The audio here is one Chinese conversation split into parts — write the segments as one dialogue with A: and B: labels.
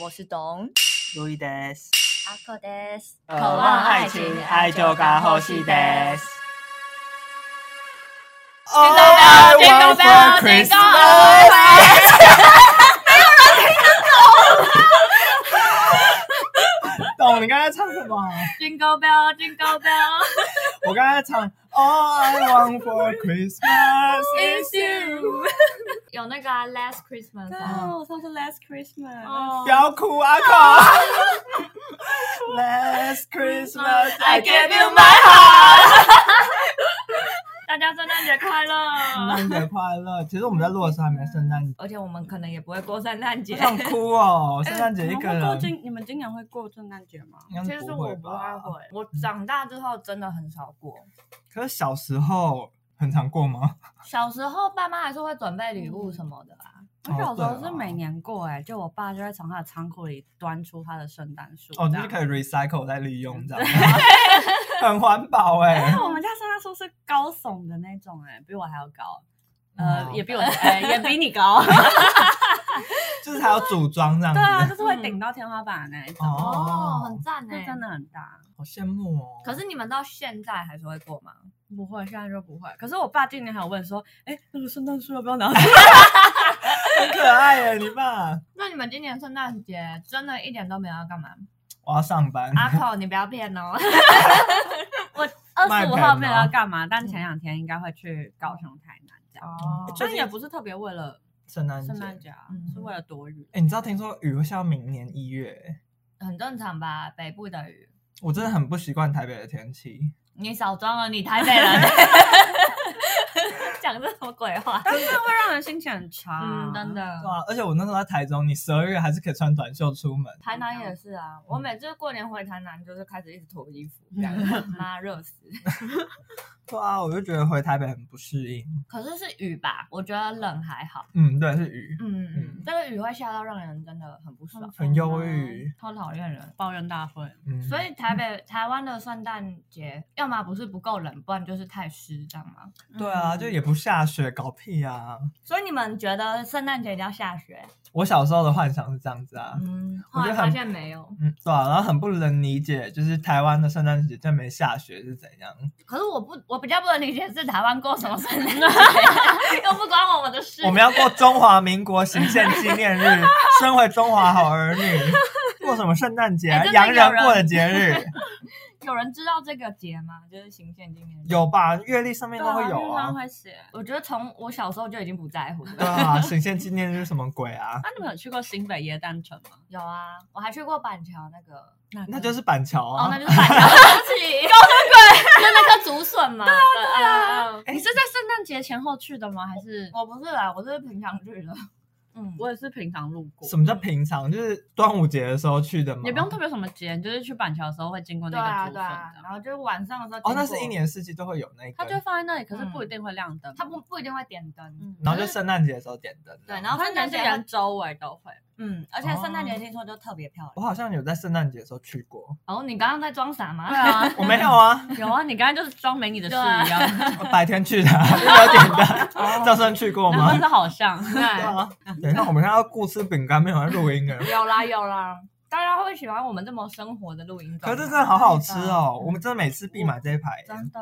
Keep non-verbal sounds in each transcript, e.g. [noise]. A: 我是董
B: 路易德斯，
A: 阿克德斯，
B: 渴望爱情，爱就该呼吸德。
A: Jingle bell, jingle bell, jingle all the way
B: 懂你刚才唱什么？啊
A: Jingle bell, jingle bell,
B: 我刚才唱 All I want for Christmas is
A: it's you。有那个啊 Last Christmas 啊
C: 哦，他是 Last Christmas。
A: 哦
B: 不要哭，阿口。Last Christmas, I gave you my
A: heart。大家圣诞节快乐！
B: 圣诞节快乐。其实我们在录的时候还没圣诞节，
A: 而且我们可能也不会过圣诞
B: [laughs]
A: 节 [laughs]
B: 我，想哭 [laughs] 哦。圣诞节
C: 你
B: 一
C: 们
B: 个
C: 会过
B: 人，
C: 今你们今年会过圣诞节吗？
B: 应
A: 其
B: 该
A: 实
B: 不
A: 我
B: 会
A: 不太
B: 吧？
A: 会。我长大之后真的很少过。
B: 可是小时候很常过吗？
A: 小时候爸妈还是会准备礼物什么的啊。
C: 我小时
B: 哦
C: 候
B: 对
C: 是
B: 啊
C: 每年过哎、就我爸就会从他的仓库里端出他的圣诞树。
B: 哦，就
C: 这样
B: 是可以 recycle 再利用，这样 [laughs] 很环保哎、
C: 但我们家圣诞树是高耸的那种哎、比我还要高，呃，
B: 哦
A: 嗯 [laughs]
C: 也比我、呃 [laughs] 也比你高。
B: 就是还有组装这样
C: [laughs]
B: [laughs]
C: 对啊，就
B: 子，
C: 是会顶到天花板的那一种，
B: 哦
A: 很赞
C: 那
A: 哎！
C: 真的很大。
B: 好羡慕哦。
A: 可是你们到现在还是会过吗？
C: 不会，现在就不会。可是我爸今年还有问说，哎，那个圣诞树要不要 [laughs] 拿走？
B: 很可爱耶，你爸。
A: 那你们今年圣诞节真的一点都没有要干
B: [laughs]
A: 嘛？
B: 我要上班，
A: 阿寇，你不要骗哦！
C: 我二
B: 卖
C: 十五
B: 盆
C: 号没有
B: 哦
C: 要干嘛，但前两天应该会去高雄、台南这样。
A: 哦
C: 但也嗯不是特别为了
B: 圣诞节。
C: 圣诞节啊
A: 嗯，
C: 是为了躲雨。
B: 哎、你知道听说雨会下到明年一月，
A: 很正常吧，北部的雨。
B: 我真的很不习惯台北的天气。
A: 你少装了，你台北
B: [laughs]
A: 人，讲这什么鬼话？
C: 但是会让人心情很差啊，
A: 嗯，真的
B: 对。啊，而且我那时候在台中，你十二月还是可以穿短袖出门。
A: 台南也是啊，
B: 嗯
A: 我每次过年回台南就是开始一直脱衣服，这
B: [laughs]
A: 样妈热死。
B: 对啊，我就觉得回台北很不适应。
A: 可是是雨吧，我觉得冷还好。
B: 嗯，对，是雨，
A: 嗯嗯
B: 嗯，
A: 这个雨会下到让人真的很不爽，
B: 很忧郁。
A: 超讨厌人。
C: 抱怨大会。
B: 嗯，
A: 所以台北、台湾的圣诞节，要么不是不够冷，不然就是太湿，这样吗？
B: 对啊，
C: 嗯
B: 就也不下雪，搞屁啊！
A: 所以你们觉得圣诞节一定要下雪？
B: 我小时候的幻想是这样子啊。
A: 嗯，
B: 我
A: 后来
B: 觉得
A: 发
B: 很
A: 现没有。
B: 嗯，对啊，然后很不能理解，就是台湾的圣诞节真没下雪是怎样？
A: 可是我不，我比较不能理解是台湾过什么圣
B: [laughs]
A: 诞节，又不关我们的事。
B: 我们要过中华民国行宪纪念日，身为中华好儿女，过什么圣诞节啊、
A: 哎真的
B: 洋
A: 有
B: 人
A: 人
B: 过的节日
A: 有人知道这个节吗？就是行宪纪念日。
B: 有吧？月历上面
C: 对
B: 都会有
C: 啊，
B: 啊
C: 他。会写。
A: 我觉得从我小时候就已经不在乎
B: 对
A: [laughs] 了。
B: 啊，行宪纪念日是什么鬼
C: [laughs]
B: 啊？
C: 那你们有去过新北耶诞城吗？
A: 有啊，我还去过板桥那个，
B: 那就是板桥
A: 哦，那
B: 啊。
A: 就是板 [laughs] 桥，对不起，高跟鬼，就那个竹笋嘛。对啊，
B: 哎
A: 嗯嗯
C: 你是在圣诞节前后去的吗？还是
A: 我不是啦，我是平常去的。嗯，
C: 我也是平常路过
B: 什？么叫啊平常？就是端午节的时候去的吗？
C: 也不用特别什么节，你就是去板桥的时候会经过
A: 对
C: 那个
A: 啊
C: 竹笋
A: 对啊，
C: 的
A: 然后就是晚上的时候。
B: 哦，那是一。年四季都会有那
C: 它
B: 个
C: 就，会放在那里，可是嗯不一定会亮灯。
A: 他不不一定会点灯，
C: 嗯，
B: 然后就圣诞节的时候点灯。
A: 对，然后
C: 它
A: 圣诞
C: 南
A: 节
C: 是
A: 会
C: 连周围都会。
A: 嗯，而且圣诞
B: 哦
A: 节听说就特别漂
B: 我
A: 亮。
B: 好像有在圣诞节的时候去过，
A: 哦，你刚刚在装傻吗？
C: 啊，
B: 我没有啊，
C: [laughs] 有啊，你刚刚就是装没你的事
A: 对啊
C: 一样，
B: [laughs] 我白天去的啊，没有点
A: [laughs]
B: 灯。赵生去过
C: 然后
B: 吗
C: 是？好像。
B: 对
A: 对，
B: 啊。等一下，我们现在要顾吃饼干，没有人录音
C: [laughs]
B: 的。
A: 有啦有啦，大家会喜欢我们这么生活的录音
B: 可
A: 装
B: 是
A: 吗。
B: 这真的好好吃哦！我们真的每次必买这一排耶，
C: 啊真的，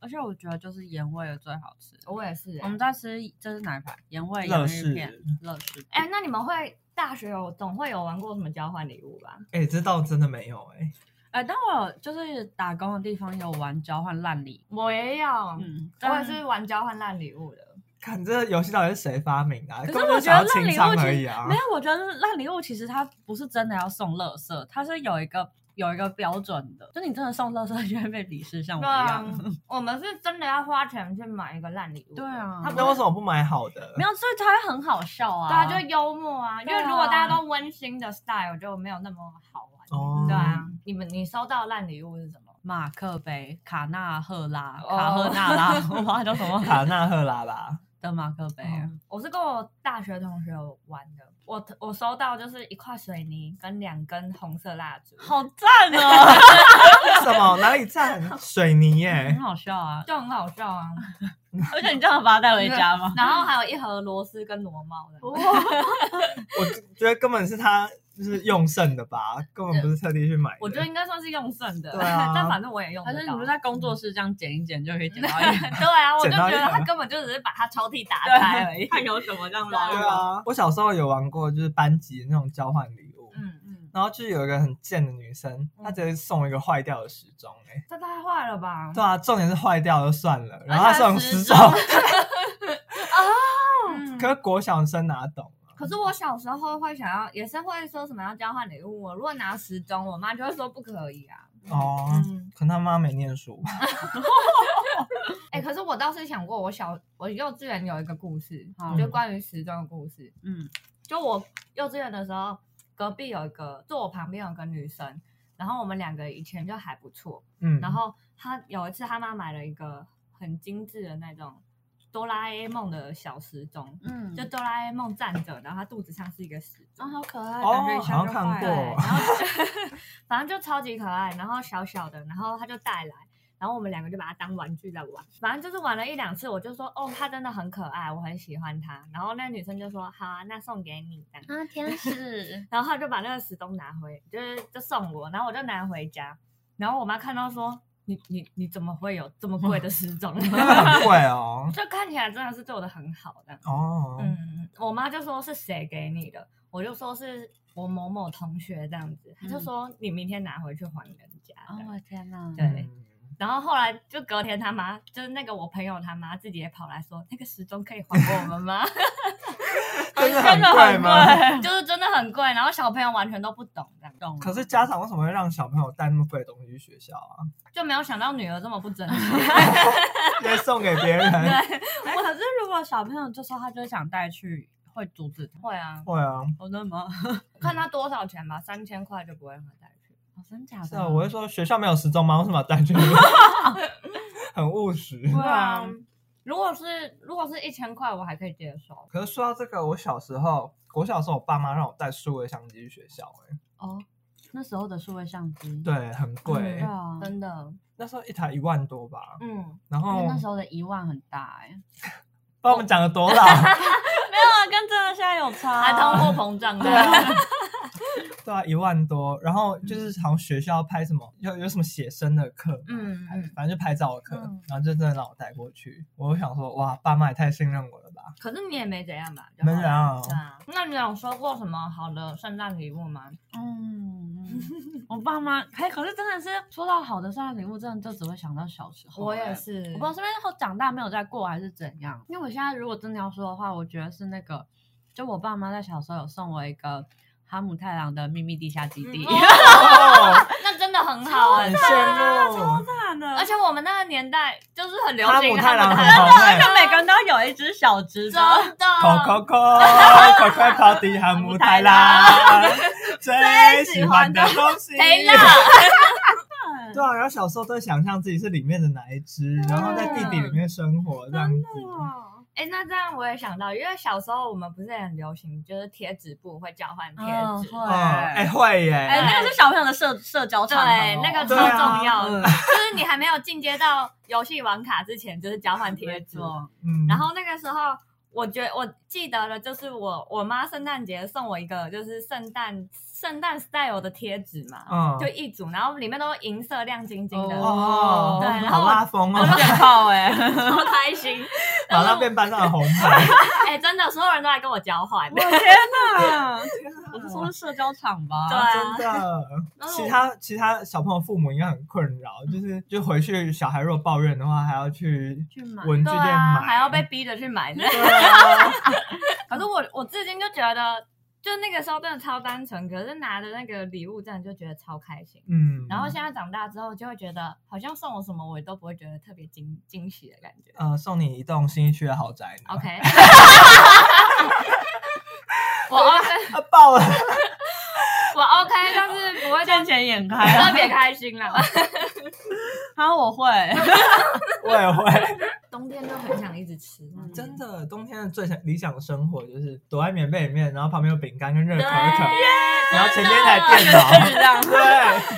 C: 而且我觉得就是盐味的最好
B: [laughs]
C: 吃。
A: 我也是欸
C: 我。们在吃这是哪一排？盐味
B: 乐
C: 洋
B: 事
C: 芋片、乐事。
A: 哎，那你们会大学有总会有玩过什么交换礼物吧？
B: 哎、这倒真的没有哎、
C: 哎，但我有就是打工的地方有玩交换烂礼，
A: 我也有，
C: 嗯，
A: 我也
C: 但
A: 是玩交换烂礼物的。
B: 看这游戏到底是谁发明的、啊？
C: 可
B: 根
C: 是
B: 本
C: 我
B: 就
C: 觉
B: 想
C: 得
B: 要
C: 烂
B: 清
C: 礼
B: 仓
C: 物
B: 而
C: 其
B: 已
C: 实
B: 啊
C: 没！有，我觉得烂礼物其实它不是真的要送乐色，它是有一个有一个标准的，就你真的送乐色就会被鄙视，像我
A: 对
C: 一
A: 啊
C: 样。，
A: 我们是真的要花钱去买一个烂礼物。
C: 对啊
A: 他不
B: 那为
A: 会
B: 什么不买好的？
C: 没有，所以它会很好笑啊。
A: 对
B: 哦
A: 啊，就幽默啊，因
C: 对啊
A: 为如果大家都温馨的 style，就没有那么好玩。
B: 哦，
A: 对啊，你们你收到烂礼物是什么？
C: 马克杯、卡纳赫拉、
A: 哦
C: 卡赫
A: [laughs]
C: 纳拉，我忘了叫什么
B: 卡纳哦赫拉吧，
C: 的马克杯啊。
A: 我是跟我大学同学玩的，我我收到就是一块水泥跟两根红色蜡烛，
C: 好赞
B: [laughs]
C: 哦，
B: 什么哪里站水泥耶、
C: 很好笑啊！
A: 就很好笑啊。
C: 而且你这样把它带回家吗？
B: 哦
A: 然后还有一盒螺丝跟螺帽的，
B: 我觉得根本是他就是用剩的吧，根本不是特地去买的。
A: [laughs] 我觉得应该算是用剩的，
B: 对
A: [laughs]
B: 啊
A: 但反正我也用
C: 还
A: 得
C: 是你
A: 到。
C: 们在工作室这嗯样剪一剪就可以剪到 [laughs] 一
A: [laughs] 对啊，我就
B: 捡
A: 觉
B: 到
A: 得
B: 一
A: 他
B: 盒
A: 根本就只是把他抽屉打开而已。
C: 看有什么这样
A: 捞一
B: 对
A: 捞
B: 啊，我小时候有玩过，就是班级那种交换礼物，
A: 嗯嗯，
B: 然后就是有一个很贱的女生，她直接送一个坏掉的时钟、欸，
A: 这太坏了吧？
B: 对啊，重点是坏掉就算了，然后
A: 而且
B: 她送
A: 还时
B: 时钟，
A: 嗯
B: [laughs] 可是国小生哪懂啊？
A: 可是我小时候会想要，也是会说什么要交换礼物。我如果拿时钟，我妈就会说不可以啊。
B: 哦，
A: 嗯，
B: 可能他妈没念书吧。
A: 哎、可是我倒是想过，我小我幼稚园有一个故事，
C: 好
A: 就关于时钟的故事。
C: 嗯，
A: 就我幼稚园的时候，隔壁有一个坐我旁边有个女生，然后我们两个以前就还不错。
B: 嗯，
A: 然后她有一次，她妈买了一个很精致的那种哆啦 A 梦的小时钟，
C: 嗯，
A: 就哆啦 A 梦站着，然后她肚子上是一个时钟。
C: 啊，好可爱，
B: 哦
C: 感觉一下就
B: 好像
C: 坏
B: 看
A: 对，
B: 过
A: 然
C: 了。
A: 后反正就 [laughs] 超级可爱，然后小小的，然后他就带来，然后我们两个就把它当玩具在玩，反正就是玩了一两次，我就说哦，它真的很可爱，我很喜欢它。然后那女生就说好啊，那送给你这样
C: [laughs] 啊，天 [laughs] 使
A: 然后他就把那个时钟拿回，就是就送我，然后我就拿回家，然后我妈看到说你你你怎么会有这么贵的 [laughs] 时钟？
B: 真的很贵 [laughs] 哦。
A: 就看起来真的是做的很好的。
B: 哦，
A: 嗯，我妈就说是谁给你的，我就说是我某某同学这样子，她就
C: 嗯
A: 说你明天拿回去还人家这
C: 哦
A: 样。，
C: 我天哪！
A: 对
B: 嗯
A: 然后后来就隔天他妈，就是那个我朋友他妈自己也跑来说，那个时钟可以还给我们吗？ [laughs]
B: 真的很贵吗？
C: 吗？
A: 就是真的很贵，然后小朋友完全都不懂这样，
C: 懂了。
B: 可是家长为什么会让小朋友带那么贵的东西去学校啊？
A: 就没有想到女儿这么不争气。
B: 直接送给别 [laughs] 人？
C: 哎，可是如果小朋友就说他就想带去，会阻止他。
A: 会啊，
B: 会啊，
C: 哦，那吗？
A: 看他多少钱吧，三千块就不会让他带去。
C: 哦，真假
B: 是
C: 的
B: 啊，
C: 啊？
B: 我会说学校没有时钟吗？为什么要带去？ [laughs] 很务实。
C: 对啊，
A: 如果是如果是一千块，我还可以接受。
B: 可是说到这个，我小时候，我小时候我爸妈让我带数位相机去学校、欸，
C: 哦，那时候的数位相机，
B: 对，很贵、
C: 对啊，
A: 真的，
B: 那时候一台一万多吧。
A: 嗯，
B: 然
C: 因
B: 后
C: 为哎那时候的一万很大哎，
B: 把我们讲了多老？
C: [laughs]
B: [laughs]
C: 没有啊，跟真的现在有差啊
A: 还通货膨胀的，
B: 对啊，一万多，然后就是
C: 嗯
B: 好像学校拍什么有有什么写生的课，
A: 嗯
B: 还
A: 嗯
B: 反正就拍照的课，
A: 嗯
B: 然后就真的让我带过去。我想说，哇，爸妈也太信任我了吧？
A: 可是你也没怎样吧？
B: 没怎样啊
A: 对啊。那你有收过什么好的圣诞礼物吗？
C: 嗯， [laughs] 嗯我爸妈，哎，可是真的是说到好的圣诞礼物，真的就只会想到小时候、哎
A: 是
C: 我不知道是因为后长大没有再过还是怎样。因为我现在如果真的要说的话，我觉得是那个，就我爸妈在小时候有送我一个哈姆太郎的秘密地下基地， [laughs]
B: 哦，
A: 嗯那真的很好哎
B: 很，羡慕。
C: 啊赞的
A: 而且我们那个年代就是很流
B: 哈
A: 行啊
B: 姆太郎
A: 哈
B: 很
A: 姆太郎
B: 红哎，
C: 就每个人都要有一只小只
A: [laughs]
C: 的。[laughs]
A: 真的，
B: 口口口
A: [laughs]
B: 口口跑的哈姆太郎，最喜欢的东西。
A: 谁啦？
B: [laughs] 对啊，然后小时候都会想象自己是里面的哪一只，
A: 嗯
B: 然后在地底里面生活这样子。
A: 哎，那这样我也想到，因为小时候我们不是很流行，就是贴纸布会交换贴
C: 嗯
A: 纸，
C: 会
B: 哦，哎会耶，
C: 哎、那个是小朋友的社社交场合哦、
A: 对，那个超
B: 对啊
A: 重要的，
C: 嗯
A: 就是你还没有进阶到游戏玩卡之前，就是交换贴
C: 没 [laughs]
A: 纸。
C: 错，
B: 嗯，
A: 然后那个时候，我觉我记得了，就是我我妈圣诞节送我一个，就是圣诞圣诞 style 的贴纸嘛，
B: 嗯
A: 就一组，然后里面都是银色亮晶晶的，
C: 哦
B: 哦，
A: 对然后
B: 好拉风 [laughs] 哦，
C: 炫炮哎、
A: 超开心。
B: 马上变班上的红牌。
A: 哎、真的，所有人都来跟我交换
C: 我。天哪！ [laughs] 我是说是社交场
B: [laughs]
C: 吧？
A: 对啊
B: 真的，
A: 然后
B: 其他其他小朋友父母应该很困扰，
A: 嗯
B: 就是就回去小孩如果抱怨的话，还要去
C: 去买
B: 文具
A: 对
B: 店
A: 啊，
B: 买，
A: 还要被逼着去买 [laughs] 呢。[laughs]
B: 对啊。
A: 可是我我至今就觉得，就那个时候真的超单纯，可是拿的那个礼物真的就觉得超开心。
B: 嗯，
A: 然后现在长大之后，就会觉得好像送我什么，我也都不会觉得特别惊惊喜的感觉。
B: 呃，送你一栋新一区的豪宅
A: OK，我 OK，
B: [laughs] 啊爆了，
A: 我 OK，但是不会
C: 见
B: [laughs]
A: 特
C: 钱眼开啊！
A: 特别开心啦。
C: 啊，我会，
B: 我也会，
A: [laughs]
B: [laughs]
A: 冬天就很想一直吃，
C: 嗯
B: 真的，冬天的最想理想的生活就是躲在棉被里面，然后旁边有饼干跟热可可，
A: 对
B: 然后前面一台
A: 真的
B: 电脑， [laughs]
C: 这样。
B: 对，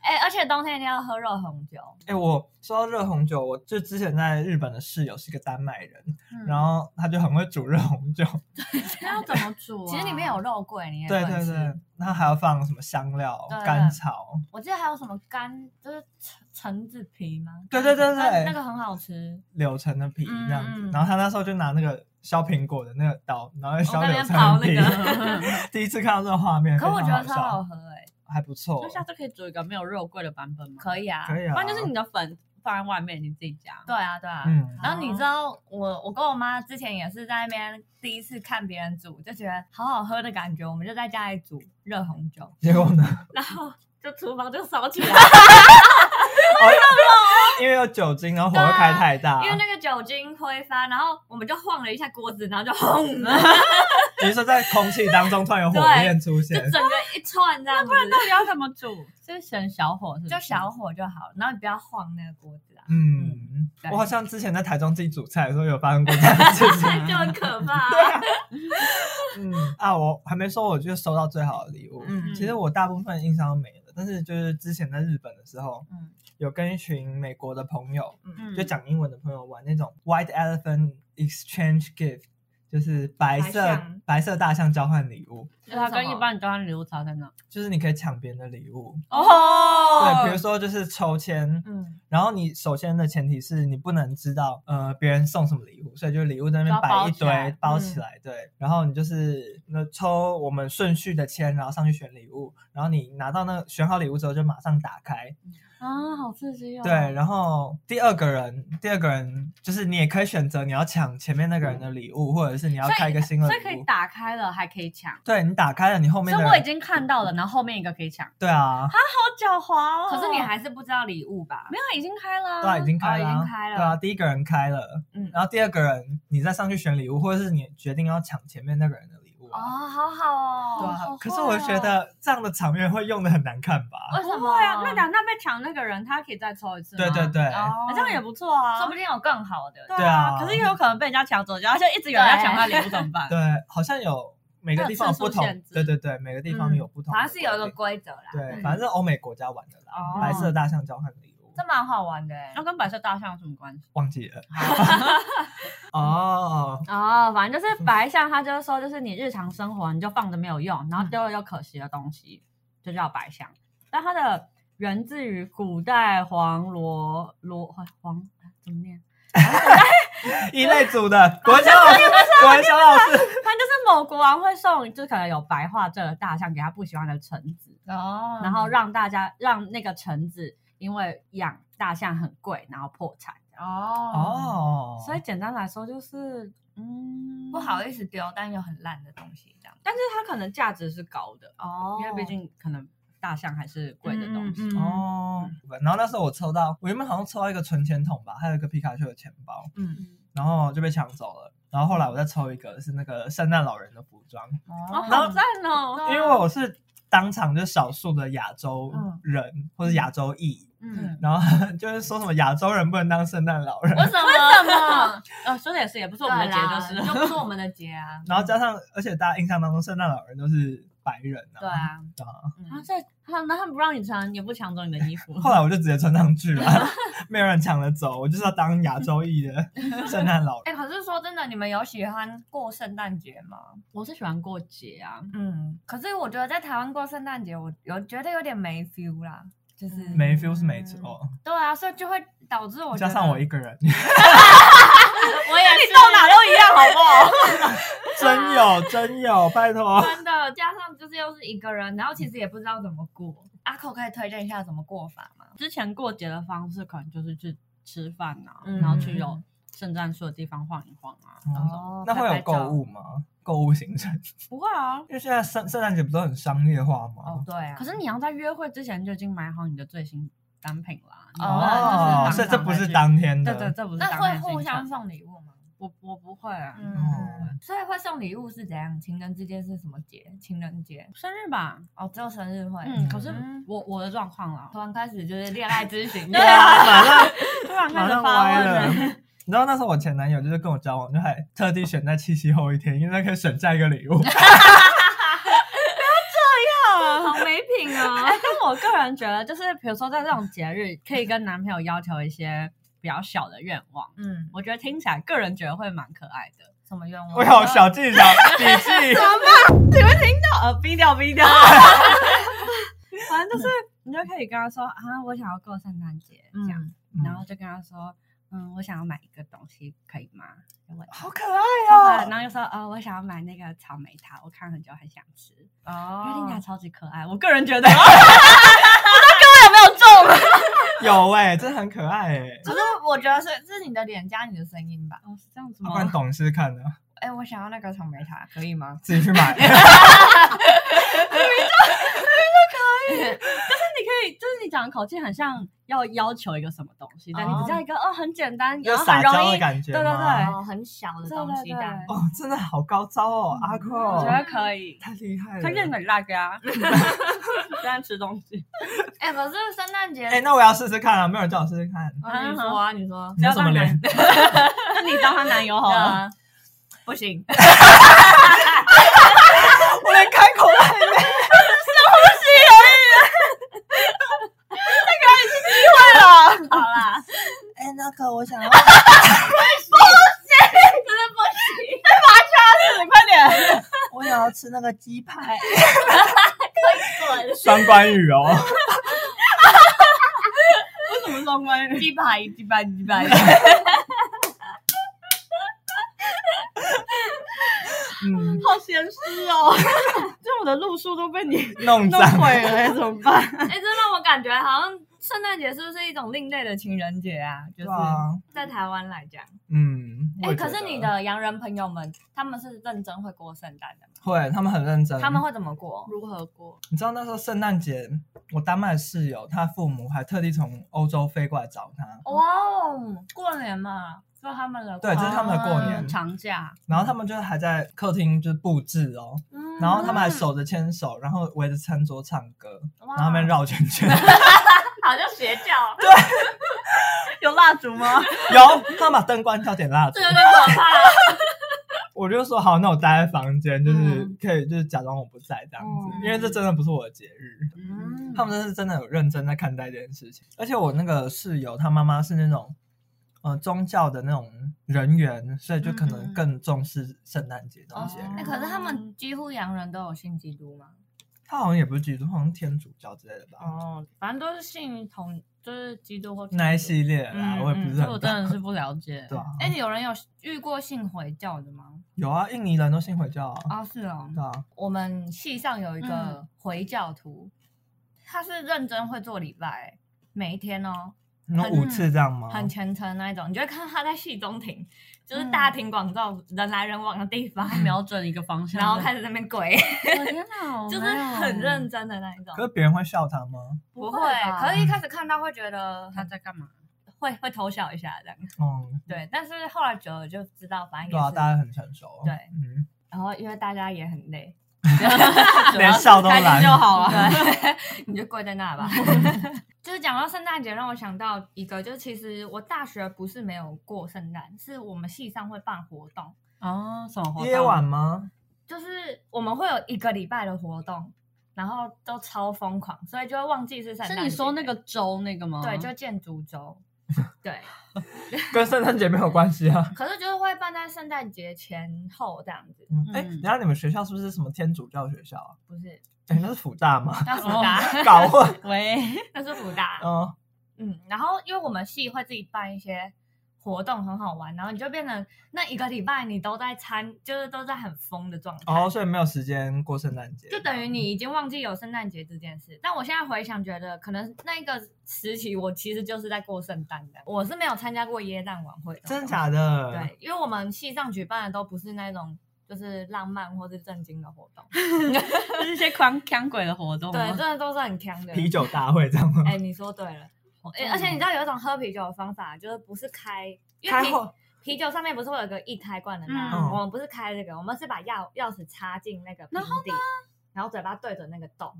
A: 哎、而且冬天一定要喝热红酒。
B: 哎、我说到热红酒，我就之前在日本的室友是一个丹麦人，
C: 嗯
B: 然后他就很会煮热红
A: [laughs]
B: 酒，
C: 那要怎么煮啊？
A: 其实里面有肉桂，你也
B: 对
A: 不能
B: 对
A: 吃
B: 对，然后还要放什么香料
A: 对、对
B: 甘草，
A: 我记得还有什么干，就是橙橙子皮吗？
B: 对对对
A: 那
B: 对
A: 那个很好吃。
B: 柳橙的皮这样子
A: 嗯嗯。
B: 然后他那时候就拿那个削苹果的那个刀，然后在
A: 我
B: 削
A: 在那
B: 柳
A: 边
B: 橙的
A: 刨
B: 皮。
C: [laughs]
A: 那
B: [laughs] 第一次看到这个画面，
A: 可我觉
B: 非常
A: 得超
B: 好笑
A: 好喝哎、
B: 还不错
C: 就。下次可以煮一个没有肉桂的版本吗？以，
A: 可以啊，
B: 可以
A: 啊。
B: 啊，
C: 不然就是你的粉放在外面，你自己加。
A: 对啊，对啊。
B: 嗯
A: 然后你知道我，我跟我妈之前也是在那边第一次看别人煮，就觉得好好喝的感觉，我们就在家里煮热红酒，
B: 结果
A: [laughs]
B: 呢？
A: 然后就厨房就烧起 [laughs] 来，
B: 因为有酒精，然后火又开太大，
A: 啊因为那个酒精挥发，然后我们就晃了一下锅子，然后就轰，
B: 你是说在空气当中突然有火焰出
A: 就
B: 现
A: 整，个一串这样子，
C: 到底要怎么煮？是选小火是不是？
A: 就小火就好，然后你不要晃那个锅子啊，
B: 嗯
A: 对，
B: 我好像之前在台中自己煮菜的时候有发生过这样的事情。
A: [laughs] 就很可怕。啊
B: 嗯啊，我还没说，我就收到最好的礼物。
A: 嗯
B: 其实我大部分印象都没了，但是就是之前在日本的时候，
A: 嗯
B: 有跟一群美国的朋友，
A: 嗯
B: 就讲英文的朋友玩那种 White Elephant Exchange Gift，就是白
A: 白
B: 色
A: 象
B: 白色大象交换礼物，
C: 对啊，跟一般交换礼物差在哪？
B: 就是你可以抢别人的礼物。
A: 哦
B: 对，比如说就是抽签，
A: 嗯，
B: 然后你首先的前提是你不能知道呃别人送什么礼物，所以就礼物在那边摆一
C: 就要包起来嗯
B: 堆包起来，对。然后你就是那抽我们顺序的签，然后上去选礼物，然后你拿到那个选好礼物之后就马上打开，
C: 啊，好刺激哦！
B: 对。然后第二个人，第二个人就是你也可以选择你要抢前面那个人的礼物，或者是你要
C: 所以
B: 开一个新的
C: 所以可
B: 礼
C: 以
B: 物。
C: 打开了，还可以抢。
B: 对你打开了，你后面
C: 所
B: 的
C: 以我已
B: 人
C: 经看到了，然后后面一个可以抢，
B: 对啊，
C: 好狡猾哦
A: 可是你还是不知道礼物吧？
C: 没有，已经开了，
B: 对啊，已经开了
A: 哦
B: 啊，
A: 已经开了
B: 对啊，第一个人开了，
A: 嗯
B: 然后第二个人你再上去选礼物，或者是你决定要抢前面那个人的礼物
A: 哦，
B: 啊。
A: 好好
B: 对
A: 哦。
B: 啊，
C: 好
B: 可是我
C: 坏哦
B: 觉得这样的场面会用的很难看吧？
A: 为什
C: 不
A: 么
C: 会啊，那等下那被抢那个人，他可以再抽一次吗
B: 对对，对，
A: 哦
C: 啊这样也不错啊，
A: 说不定有更好的。
C: 对
B: 对啊
C: 可是也有可能被人家抢走，然后就一直有人要抢他礼物怎么办？
B: 对，好像有每个地方有不
C: 各有次数
B: 同
C: 限，制
B: 对对对，每个地方
A: 嗯
B: 有不同的规定。
A: 好像是有一个规则啦。
B: 对，
A: 嗯
B: 反正是欧美国家玩的啦
A: 哦，
B: 白色大象交换礼物，
A: 这蛮好玩的欸
C: 那跟白色大象有什么关系？
B: 忘记
A: [laughs]
B: 了。 [laughs] 哦，
C: 哦，反正就是白象，它就是说，就是你日常生活你就放着没有用，然后丢了
B: 嗯
C: 又可惜的东西，就叫白象。但它的源自于古代黄罗罗黄怎么念？
B: 一类组的
A: [laughs]
B: 国强老师，国强老师，
C: 反正就是某国王会送，就是可能有白化症的大象给他不喜欢的臣子，
A: 哦
C: 然后让大家让那个臣子因为养大象很贵，然后破产。
A: 哦
B: 哦，
C: 所以简单来说就是，嗯，
A: 不好意思丢，但又很烂的东西这样。
C: 但是它可能价值是高的，
A: 哦
C: 因为毕竟可能大象还是贵的东西。
A: 哦，
B: 哦，然后那时候我抽到，我原本好像抽到一个存钱筒吧，还有一个皮卡丘的钱包，
A: 嗯，
B: 然后就被抢走了。然后后来我再抽一个是那个圣诞老人的服装，
C: 哦，
A: 哦，
C: 好赞哦！
B: 因为我是当场就少数的亚洲人、或者亚洲裔，
C: 嗯，
B: 然后 [laughs] 就是说什么亚洲人不能当圣诞老人， [laughs]
A: 为什么？为什么？
C: 呃，说的也是，也不是我们的节就是了。
A: 就不是我们的节啊。
B: 然后加上而且大家印象当中圣诞老人都是白人啊，
A: 对 [laughs] 啊，
B: 啊
C: 他在他那他们不让你穿，也不抢走你的衣服。
B: 后来我就直接穿上去了， [laughs] 没有人抢着走，我就是要当亚洲裔的圣诞老
A: 哎、
B: 人。
A: 可是说真的，你们有喜欢过圣诞节吗？
C: 我是喜欢过节啊， [laughs]
A: 嗯，可是我觉得在台湾过圣诞节，我有觉得有点没 feel 啦，就是
C: 嗯
B: 没 feel 是没错，
A: 对啊，所以就会导致我
B: 加上我一
A: 个，
B: 个人，
A: 我也是
C: 你到哪都一样，好不好？
B: 真有真有，拜托。
A: 真的，加上就是又是一个人，然后其实也不知道怎么过。阿口可以推荐一下怎么过法吗？
C: 之前过节的方式可能就是去吃饭啊，
A: 嗯
C: 然后去有圣诞树的地方晃一晃啊。
A: 哦
B: 那会
A: 拍
B: 有
A: 拍
B: 购
A: 照
B: 物吗？购物行程，
C: 不会啊，
B: 因为现在圣圣诞节不是很商业化吗？
A: 哦，对啊，
C: 可是你要在约会之前就已经买好你的最新单品啦。你
A: 哦
C: 不能就是
A: 那
B: 哦，
C: 当
B: 所以
C: 场
B: 这不
C: 再
B: 是
C: 去
B: 当天的，
C: 对对，这不是
A: 那
C: 当
A: 会
C: 天
A: 互
C: 行
A: 相
C: 程。
A: 送礼物吗？
C: 我我不会啊，
A: 嗯，所以会送礼物是怎样？情人之间是什么节？情人节
C: 生日吧，
A: 哦，只有生日会。
C: 嗯，可是
A: 嗯
C: 我我的状况啦
A: 突，然开始就是恋爱咨询，
B: [laughs] 对啊，马上
C: 突然开
B: 马
C: 始
B: 上
C: 发
B: 歪
C: 问
B: 了
C: 了。。
B: [laughs] 你知道那时候我前男友就是跟我交往，就还特地选在七夕后一天，因为他可以省下一个礼物。
C: [laughs]
A: 好没品哦
C: 哎，。但我个人觉得，就是比如说在这种节日，可以跟男朋友要求一些比较小的愿望，
A: 嗯，
C: 我觉得听起来个人觉得会蛮可爱的。
A: 什么愿望？
B: [laughs] 我有小技巧笔记，
C: 呃，逼掉逼掉，反正就是你就可以跟他说啊，我想要过圣诞节这样，
A: 嗯，
C: 然后就跟他说，嗯，我想要买一个东西，可以吗？就问
B: 好
C: 他。
B: 可爱
C: 然
B: 哦。
C: 后就说，呃，我想要买那个草莓塔，我看很久很想吃，因为听起来
A: 哦，
C: 超级可爱。我个人觉得，不知道各位有没有中？
B: 有哎，真的很可爱哎。
A: 就是我觉得是是你的脸加你的声音吧。
C: 哦，是这样子
B: 不然
C: 吗？
B: 懂试试看呢，
A: 哎，我想要那个草莓塔，可以吗？
B: 自己去买。
C: 你可以，就是你讲的口气很像要要求一个什么东西，但你只要一个哦，很简单，
B: 有
C: 然后
B: 撒
C: 很
B: 娇
C: 容易
B: 的，感觉吗？
C: 对对对
A: 哦，很小的
C: 对
A: 东
C: 对
A: 西，
C: 对
A: 但
B: 哦，真的好高招哦，阿
C: 我觉得
B: 扣，
C: 可以。
B: 太厉害
C: 推荐
B: 了。
C: 给大家， [laughs] 虽然吃东西。 [laughs]
A: 哎，可是圣诞节，
B: 哎，那我要试试看啊，没有人叫我试试看。
A: 啊你说啊，你说，
B: 你有什么脸？
C: 那你当她男友好
A: 对
C: 了。
A: 啊，不行，
B: [laughs] 我连开口都还没。
A: 好 [laughs] 啦，
B: 哎，那个我想要，
A: 真的
B: [laughs]
A: 不行。
C: 你快点，
B: 我想要吃那个鸡排。
A: 滚！
B: 双关
A: [laughs]
B: 语哦，
C: 为什么双关语？
A: 鸡排，鸡排，鸡排。
B: 嗯，
C: 好咸湿哦！ [laughs] 这我的路数
A: [laughs]
C: 都被你
B: 弄
C: 弄
B: 脏。
C: 毁了，怎么办？
A: [laughs] 哎，这让我感觉好像圣诞节是不是一种另类的情人节啊？就
B: 对
A: 是
B: 啊，
A: 在台湾来讲，
B: 嗯。我
A: 哎，
B: 也觉
A: 可
B: 得
A: 是你的洋人朋友们，他们是认真会过圣诞的吗？
B: 会，他们很认真。
A: 他们会怎么过？
C: 如何过？
B: 你知道那时候圣诞节，我丹麦的室友他父母还特地从欧洲飞过来找他，
A: 哇哦，过年嘛，就他们的，
B: 对这是他们的过年
C: 嗯长假，
B: 然后他们就是还在客厅就是布置哦，
A: 嗯
B: 然后他们还手着牵手，然后围着餐桌唱歌，
A: 嗯哇
B: 然后他们绕圈
A: [laughs]
B: 圈。
A: 好像 [laughs] 邪教，
C: 有蜡烛吗？
B: 有，他们把灯关掉，点蜡烛
A: 这。有点可怕。
B: [laughs] 我就说好，那我待在房间，就是
A: 嗯
B: 可以就是假装我不在这样子
A: 嗯，
B: 因为这真的不是我的节日。
A: 嗯
B: 他们真是真的有认真在看待这件事情。而且我那个室友，他妈妈是那种，呃，宗教的那种人员，所以就可
C: 嗯嗯
B: 能
C: 嗯
B: 更重视圣诞节这种节
A: 哎、
B: 日。
A: 可是他们几乎洋人都有信基督吗？
B: 他好像也不是基督徒，好像天主教之类的吧，
A: 哦，反正都是信同，就是基督或
B: 那一系列啦，
A: 嗯
B: 啊我也
A: 嗯
B: 不是
C: 这我
B: 很
C: 真
B: 懂。
C: 的是不了解。
B: [laughs] 对啊，
A: 哎、有人有遇过信回教的吗？
B: 有啊，印尼人都信回教啊，
A: 啊、是哦，
B: 对啊，
A: 我们系上有一
C: 嗯
A: 个回教徒，他是认真会做礼拜，每一天哦，
B: 那
A: 很
B: 五次这样吗？
A: 很虔诚那一种。你就会看到他在戏中庭，就是
C: 嗯
A: 大庭广众、人来人往的地方，
B: 嗯
C: [laughs] 瞄准一个方向，
A: 然后开始在那边跪，
C: 我天哪，
A: 就是
C: 欸
A: 很认真的那一种
B: 可。是别人会笑他吗？
A: 不会，可是一开始看到会觉得
C: 他
A: 很
C: 在干嘛？
A: [laughs] 会会偷笑一下这样。
B: 嗯，
A: 对，但是后来久了就知道，反正
B: 对啊，
A: 也是，
B: 大家很成熟。
A: 对
B: 嗯，
A: 然后因为大家也很累，
C: [laughs]
B: 连笑都
C: 开
B: 懒
C: 心就好啊了。
A: 对， [laughs] 你就跪在
C: [laughs]
A: 那吧。就是讲到圣诞节，让我想到一个，就是其实我大学不是没有过圣诞，是我们系上会办活动，
C: 哦，什么活动
B: 夜晚？吗？
A: 就是我们会有一个礼拜的活动，然后都超疯狂，所以就会忘记是圣诞
C: 是
A: 节。
C: 你说那个州那个吗？
A: 对，就建筑
C: [laughs]
A: 周，对，
B: 跟圣诞节没有关系啊。
A: 可是就是会办在圣诞节前后这样子，
B: 嗯哎、
C: 嗯
B: 然后你们学校是不是什么天主教学校啊？
A: 不是？
B: 哎、那是辅大吗？ [laughs]
A: 那是
C: 哦
A: 福大，
C: [laughs]
B: 搞混。
C: 喂，
A: 那是福大。
B: 嗯，
A: 嗯，然后因为我们系会自己办一些活动，很好玩，然后你就变成那一个礼拜你都在参，就是都在很疯的状态，
B: 哦，所以没有时间过圣诞节，
A: 就等于你已经忘记有圣诞节这件事。但我现在回想，觉得可能那一个时期我其实就是在过圣诞的，我是没有参加过耶诞晚会的，
B: 真的假的？，
A: 对，因为我们系上举办的都不是那种这种就是浪漫或是正经的活动，
C: 这是一些狂腔鬼的活动吗。
A: 对，真的都是很强的。
B: 哦啤酒嗯大会这样吗？
A: 哎、你说对了，哎、而且你知
C: 道，
A: 道有一种喝啤酒的方法，就是不是开，因为
B: 开
A: 啤
B: 会
A: 啤酒上面不是会有个一开罐的吗？
B: 嗯
A: 我们不是开这个，我们是把钥钥匙插进那个瓶
C: 然后嗯
A: 底，然后嘴巴对准那个洞。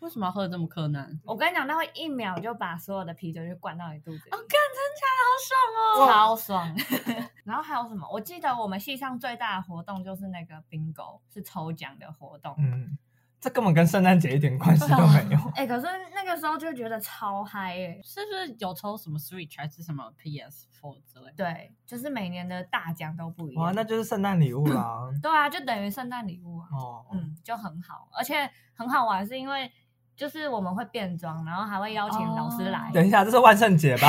C: 为什么要喝的这么柯南？
A: 我跟你讲，那会一秒就把所有的啤酒就灌到你肚子里，
C: 哦干，真起来好爽哦
A: 超爽。 [laughs] 然后还有什么？我记得我们系上最大的活动就是那个 bingo，是抽奖的活动。
B: 嗯，这根本跟圣诞节一点关系都
A: [laughs]
B: 没有。
A: 哎、可是那个时候就觉得超嗨哎、
C: 是不是有抽什么 Switch 还是什么 PS Four 之类的？
A: 对，就是每年的大奖都不一
B: 哇，
A: 样。
B: 那就是圣诞礼物啦。
A: 对啊，就等于圣诞礼物啊。
B: 哦，
A: 嗯，就很好，而且很好玩，是因为就是我们会变装，然后还会邀请老师来，
C: 哦
B: 等一下，这是万圣
A: [laughs]
B: 节吧？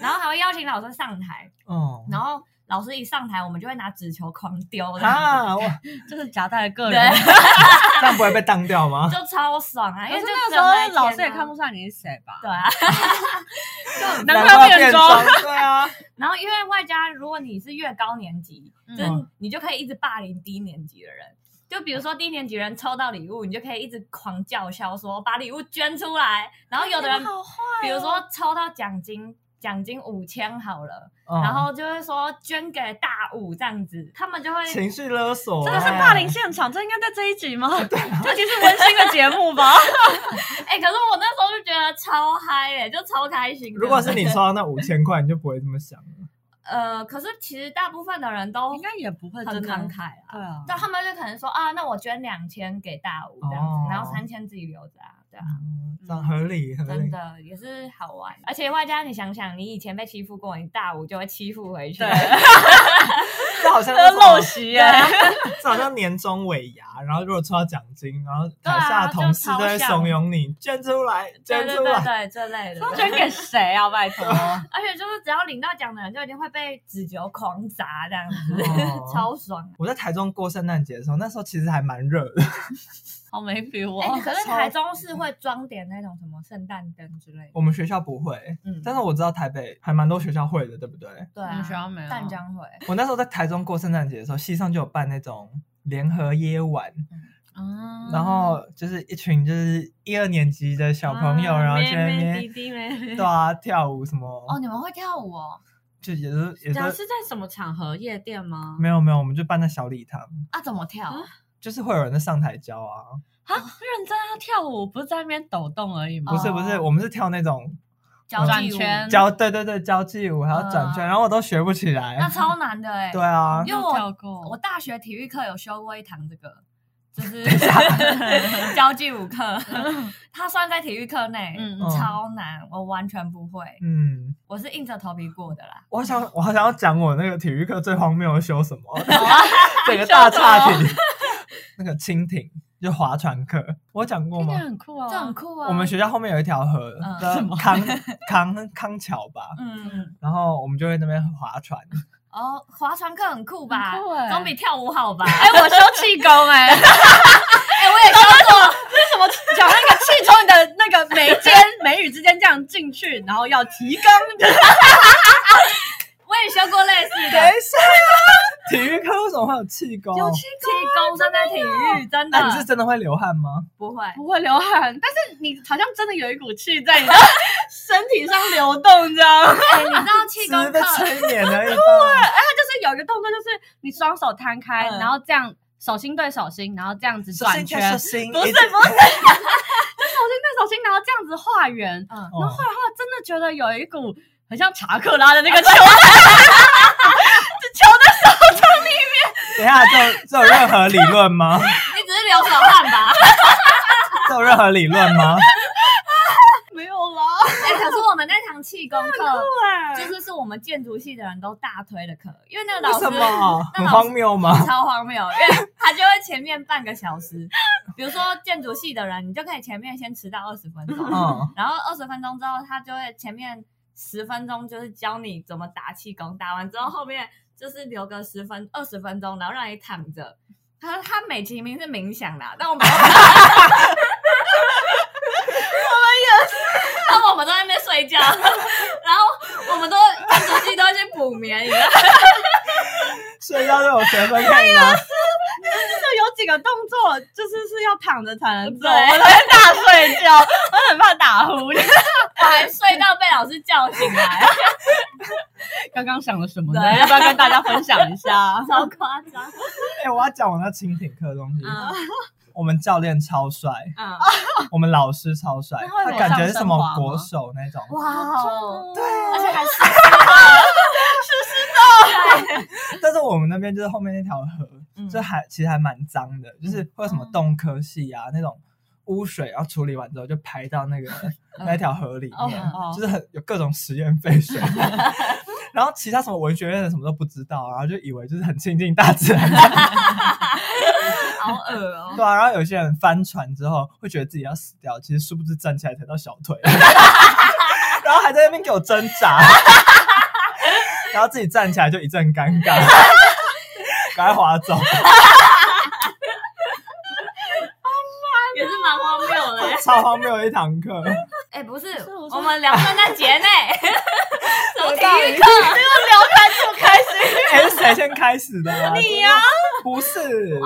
A: 然后还会邀请老师上台，
B: 嗯，
A: 然后老师一上台，我们就会拿纸球狂丢的，[laughs]
B: [laughs] 啊，哇，
C: 就是夹带个人。
A: 对， [laughs]
B: 这样不会被当掉吗？
A: 就超爽啊！因为
C: 可是
A: 就
C: 那
A: 只有一
C: 个时候
A: 天
C: 老师也
A: 啊
C: 看不出来你是谁吧？
A: 对啊，
B: [laughs]
C: 难怪要变装。，
B: 对啊，
A: 然后因为外加如果你是越高年级，
C: 嗯
A: 就是你就可以一直霸凌低年级的人。就比如说低年级人抽到礼物，你就可以一直狂叫嚣说把礼物捐出来。然后有的人，
C: 好哦坏啊
A: 比如说抽到奖金，奖金五千好了，[laughs]
B: 嗯
A: 然后就会说捐给大五这样子，他们就会
B: 情绪勒索，啊
C: 这个是霸凌现场，这应该在这一集吗？这集是温馨的节目吧？
A: [laughs] 哎、可是我那时候就觉得超嗨哎、就超开心的。
B: 如果是你抽到那五千块，你就不会这么想了。
A: [laughs] 呃，可是其实大部分的人都
C: [laughs] 应该也不会
A: 很
C: 真的
A: 慷。慨啊。
B: 嗯
C: 对啊，
A: 那他们就可能说啊，那我捐两千给大五这样子，
B: 哦
A: 然后三千自己留着啊，对啊，
B: 嗯这样合理合
A: 真
B: 理。
A: 的也是好玩。啊而且外加你想想，你以前被欺负过，你大五就会欺负回去。
C: 对， [laughs]
B: 这好像
A: [laughs]
B: 是
C: 这
B: 什么
C: 陋习耶。
B: 这好像年终尾牙，然后如果抽到奖金，然后
A: 对啊
B: 台下的同事
A: 就超
B: 都会
A: 像
B: 怂恿你捐出来，
A: [laughs] 对
B: 捐
A: 对
B: 出
A: 对
B: 来。
A: 对，这类的。
C: 都捐给谁啊？拜 [laughs] 托，
A: 而且就是只要领到奖的人，就一定会被纸球狂砸这样子，
B: 哦
A: [laughs] 超爽。
B: 我在台中过圣诞节的时候，那时候其实还蛮热的，
C: 好没 feel
A: 哎、
C: 哦。
A: 可是台中市会装点那种什么圣诞灯之类的，
B: 我们学校不会，
A: 嗯，
B: 但是我知道台北还蛮多学校会的，对不对？
A: 对
C: 我
A: 啊，
C: 们学校没有
A: 淡江会，
B: 我那时候在台中过圣诞节的时候，系上就有办那种联合夜晚，
C: 嗯
B: 然后就是一群就是一二年级的小朋友，
C: 啊
B: 然后去那
C: 妹妹弟
B: 边
C: 弟妹
B: [laughs]
C: 妹
B: 对。啊跳舞什么，
A: 哦，你们会跳舞哦？
B: 就也是也
C: 讲
B: 是
C: 是在什么场合？夜店吗？
B: 没有没有，我们就办在小礼堂，
A: 啊，怎么跳？
C: 啊
B: 就是会有人在上台教啊，
C: 啊，认真要跳舞，不是在那边抖动而已吗？
B: 不是不是，
A: 哦
B: 我们是跳那种
A: 交
C: 转
A: 际舞
C: 圈
B: 交对对对交际舞，还要转圈，
A: 嗯
B: 然后我都学不起来
A: 那。超难的哎、
B: 对啊
A: 因，为
C: 没有跳
A: 我
C: 过
A: 我大学体育课有修过一堂这个，
B: [laughs]
A: 就是 [laughs] 交际舞课，它算在体育课内，
C: 嗯
B: 嗯
A: 超难，我完全不会，
B: 嗯。
A: 我是硬着头皮过的啦。
B: 我好想，我好想要讲我那个体育课最荒谬的修 [laughs] 什么，整个大岔题。那个蜻蜓就划船课，我有讲过
C: 听起
B: 吗
C: 来？很酷啊，
A: 这很酷啊！
B: 我们学校后面有一条河，
A: 嗯
B: 叫
C: 什么
B: 康康康桥吧，
A: 嗯，嗯，
B: 然后我们就会那边
A: [laughs]
B: 划船。
A: 哦，划船课很酷吧？
C: 很酷欸
A: 总比跳舞好吧？
C: 哎，我修气功哎，
A: 哎，我也修过，
C: 为什么讲那个气从你的那个眉间眉宇之间这样进去，然后要提肛？
A: 我也修过类似 [laughs]
B: 等
A: 的。
B: 一下，体育课为什么会有气
A: 哦
B: 功？啊
C: 有气
A: 气功算在体育，真的
B: 那你是真的会流汗吗？
A: 不会。
C: 不会流汗，但是你好像真的有一股气在你的 [laughs] 身体上流动，这样。
A: 哎，你知道气
B: 只
A: 功
B: 是被
A: 课
B: 催眠
A: [laughs]
B: 而已吧。
C: 就是有一个动作，就是你双手摊开，
A: 嗯
C: 然后这样手心对手心，然后这样子转圈，
B: 手
C: 手
B: 心
C: 不
B: 不
C: 是
B: 是，
C: 心对手心，然后这样子画圆。
A: 嗯，
B: 哦
C: 画画啊真的觉得有一股很像查克拉的 [laughs] 那个球，
B: 等一下，这有这有任何理论吗？ [laughs]
A: 你只是流手汗吧？
B: 这有任何理论吗？
C: 没有啦，
A: 哎，可是我们那堂气功课。
B: [laughs]
A: 就
C: 就是
A: 是是我们建筑系的人都大推的课，因为那个
B: 为
A: 老师
B: 什么？啊
A: 那
B: 很
A: 老
B: 荒
A: 师
B: 谬吗？
A: 超荒谬，因为他就会前面半个小时，比如说建筑系的人，你就可以前面先迟到二十分钟，
B: 嗯，
A: 然后二十分钟之后，他就会前面十分钟就是教你怎么打气功，打完之后后面就是留个十分二十分钟，然后让你躺着。他他美其名是冥想啦，但我们我们也，他们我们都在那边睡觉，然后我们都建筑系都会去补眠，你知道吗
B: 睡觉都有学分可以拿。
C: 有几个动作，就是是要躺着才能
A: 对
C: 做，我都会大睡觉，我很怕打呼。
A: 我还睡到被老师叫醒来，
C: 刚刚想了什么呢？
A: 对
C: 要不要跟大家分享一 [laughs] 下？
A: 超夸张。
B: 哎、我要讲我那蜻蜓课的东西。
A: 嗯
B: 我们教练超帅，
A: 嗯，
B: 我们老师超帅，
C: 那会
B: 他
C: 往
B: 感觉
C: 上
B: 是什
C: 升
B: 么
C: 华
B: 国
C: 吗
B: 手那种。
A: 哇哦，
C: 对，
A: 而且还是
B: 但是我们那边就是后面那条河，
A: 嗯
B: 这还其实还蛮脏的，就是会有什么动科系啊、那种污水，然后处理完之后就排到那个那条河里面，
C: 哦
B: 就是很有各种实验废水。然后其他什么文学院的什么都不知道，然后就以为就是很亲近大自然，
A: 好恶哦、
B: 对啊。然后有些人翻船之后会觉得自己要死掉，其实殊不知站起来才到小腿， [laughs] 然后还在那边给我挣扎， [laughs] 然后自己站起来就一阵尴尬，赶快划走。
A: 也是蛮荒谬的耶。
B: 超荒谬的一堂课，
A: 哎、不是，
C: 是我说
A: 我们聊圣诞节 [laughs] 呢，什么体育课？
B: 哎、是谁先开始的、啊？
C: 你呀、
B: 不是，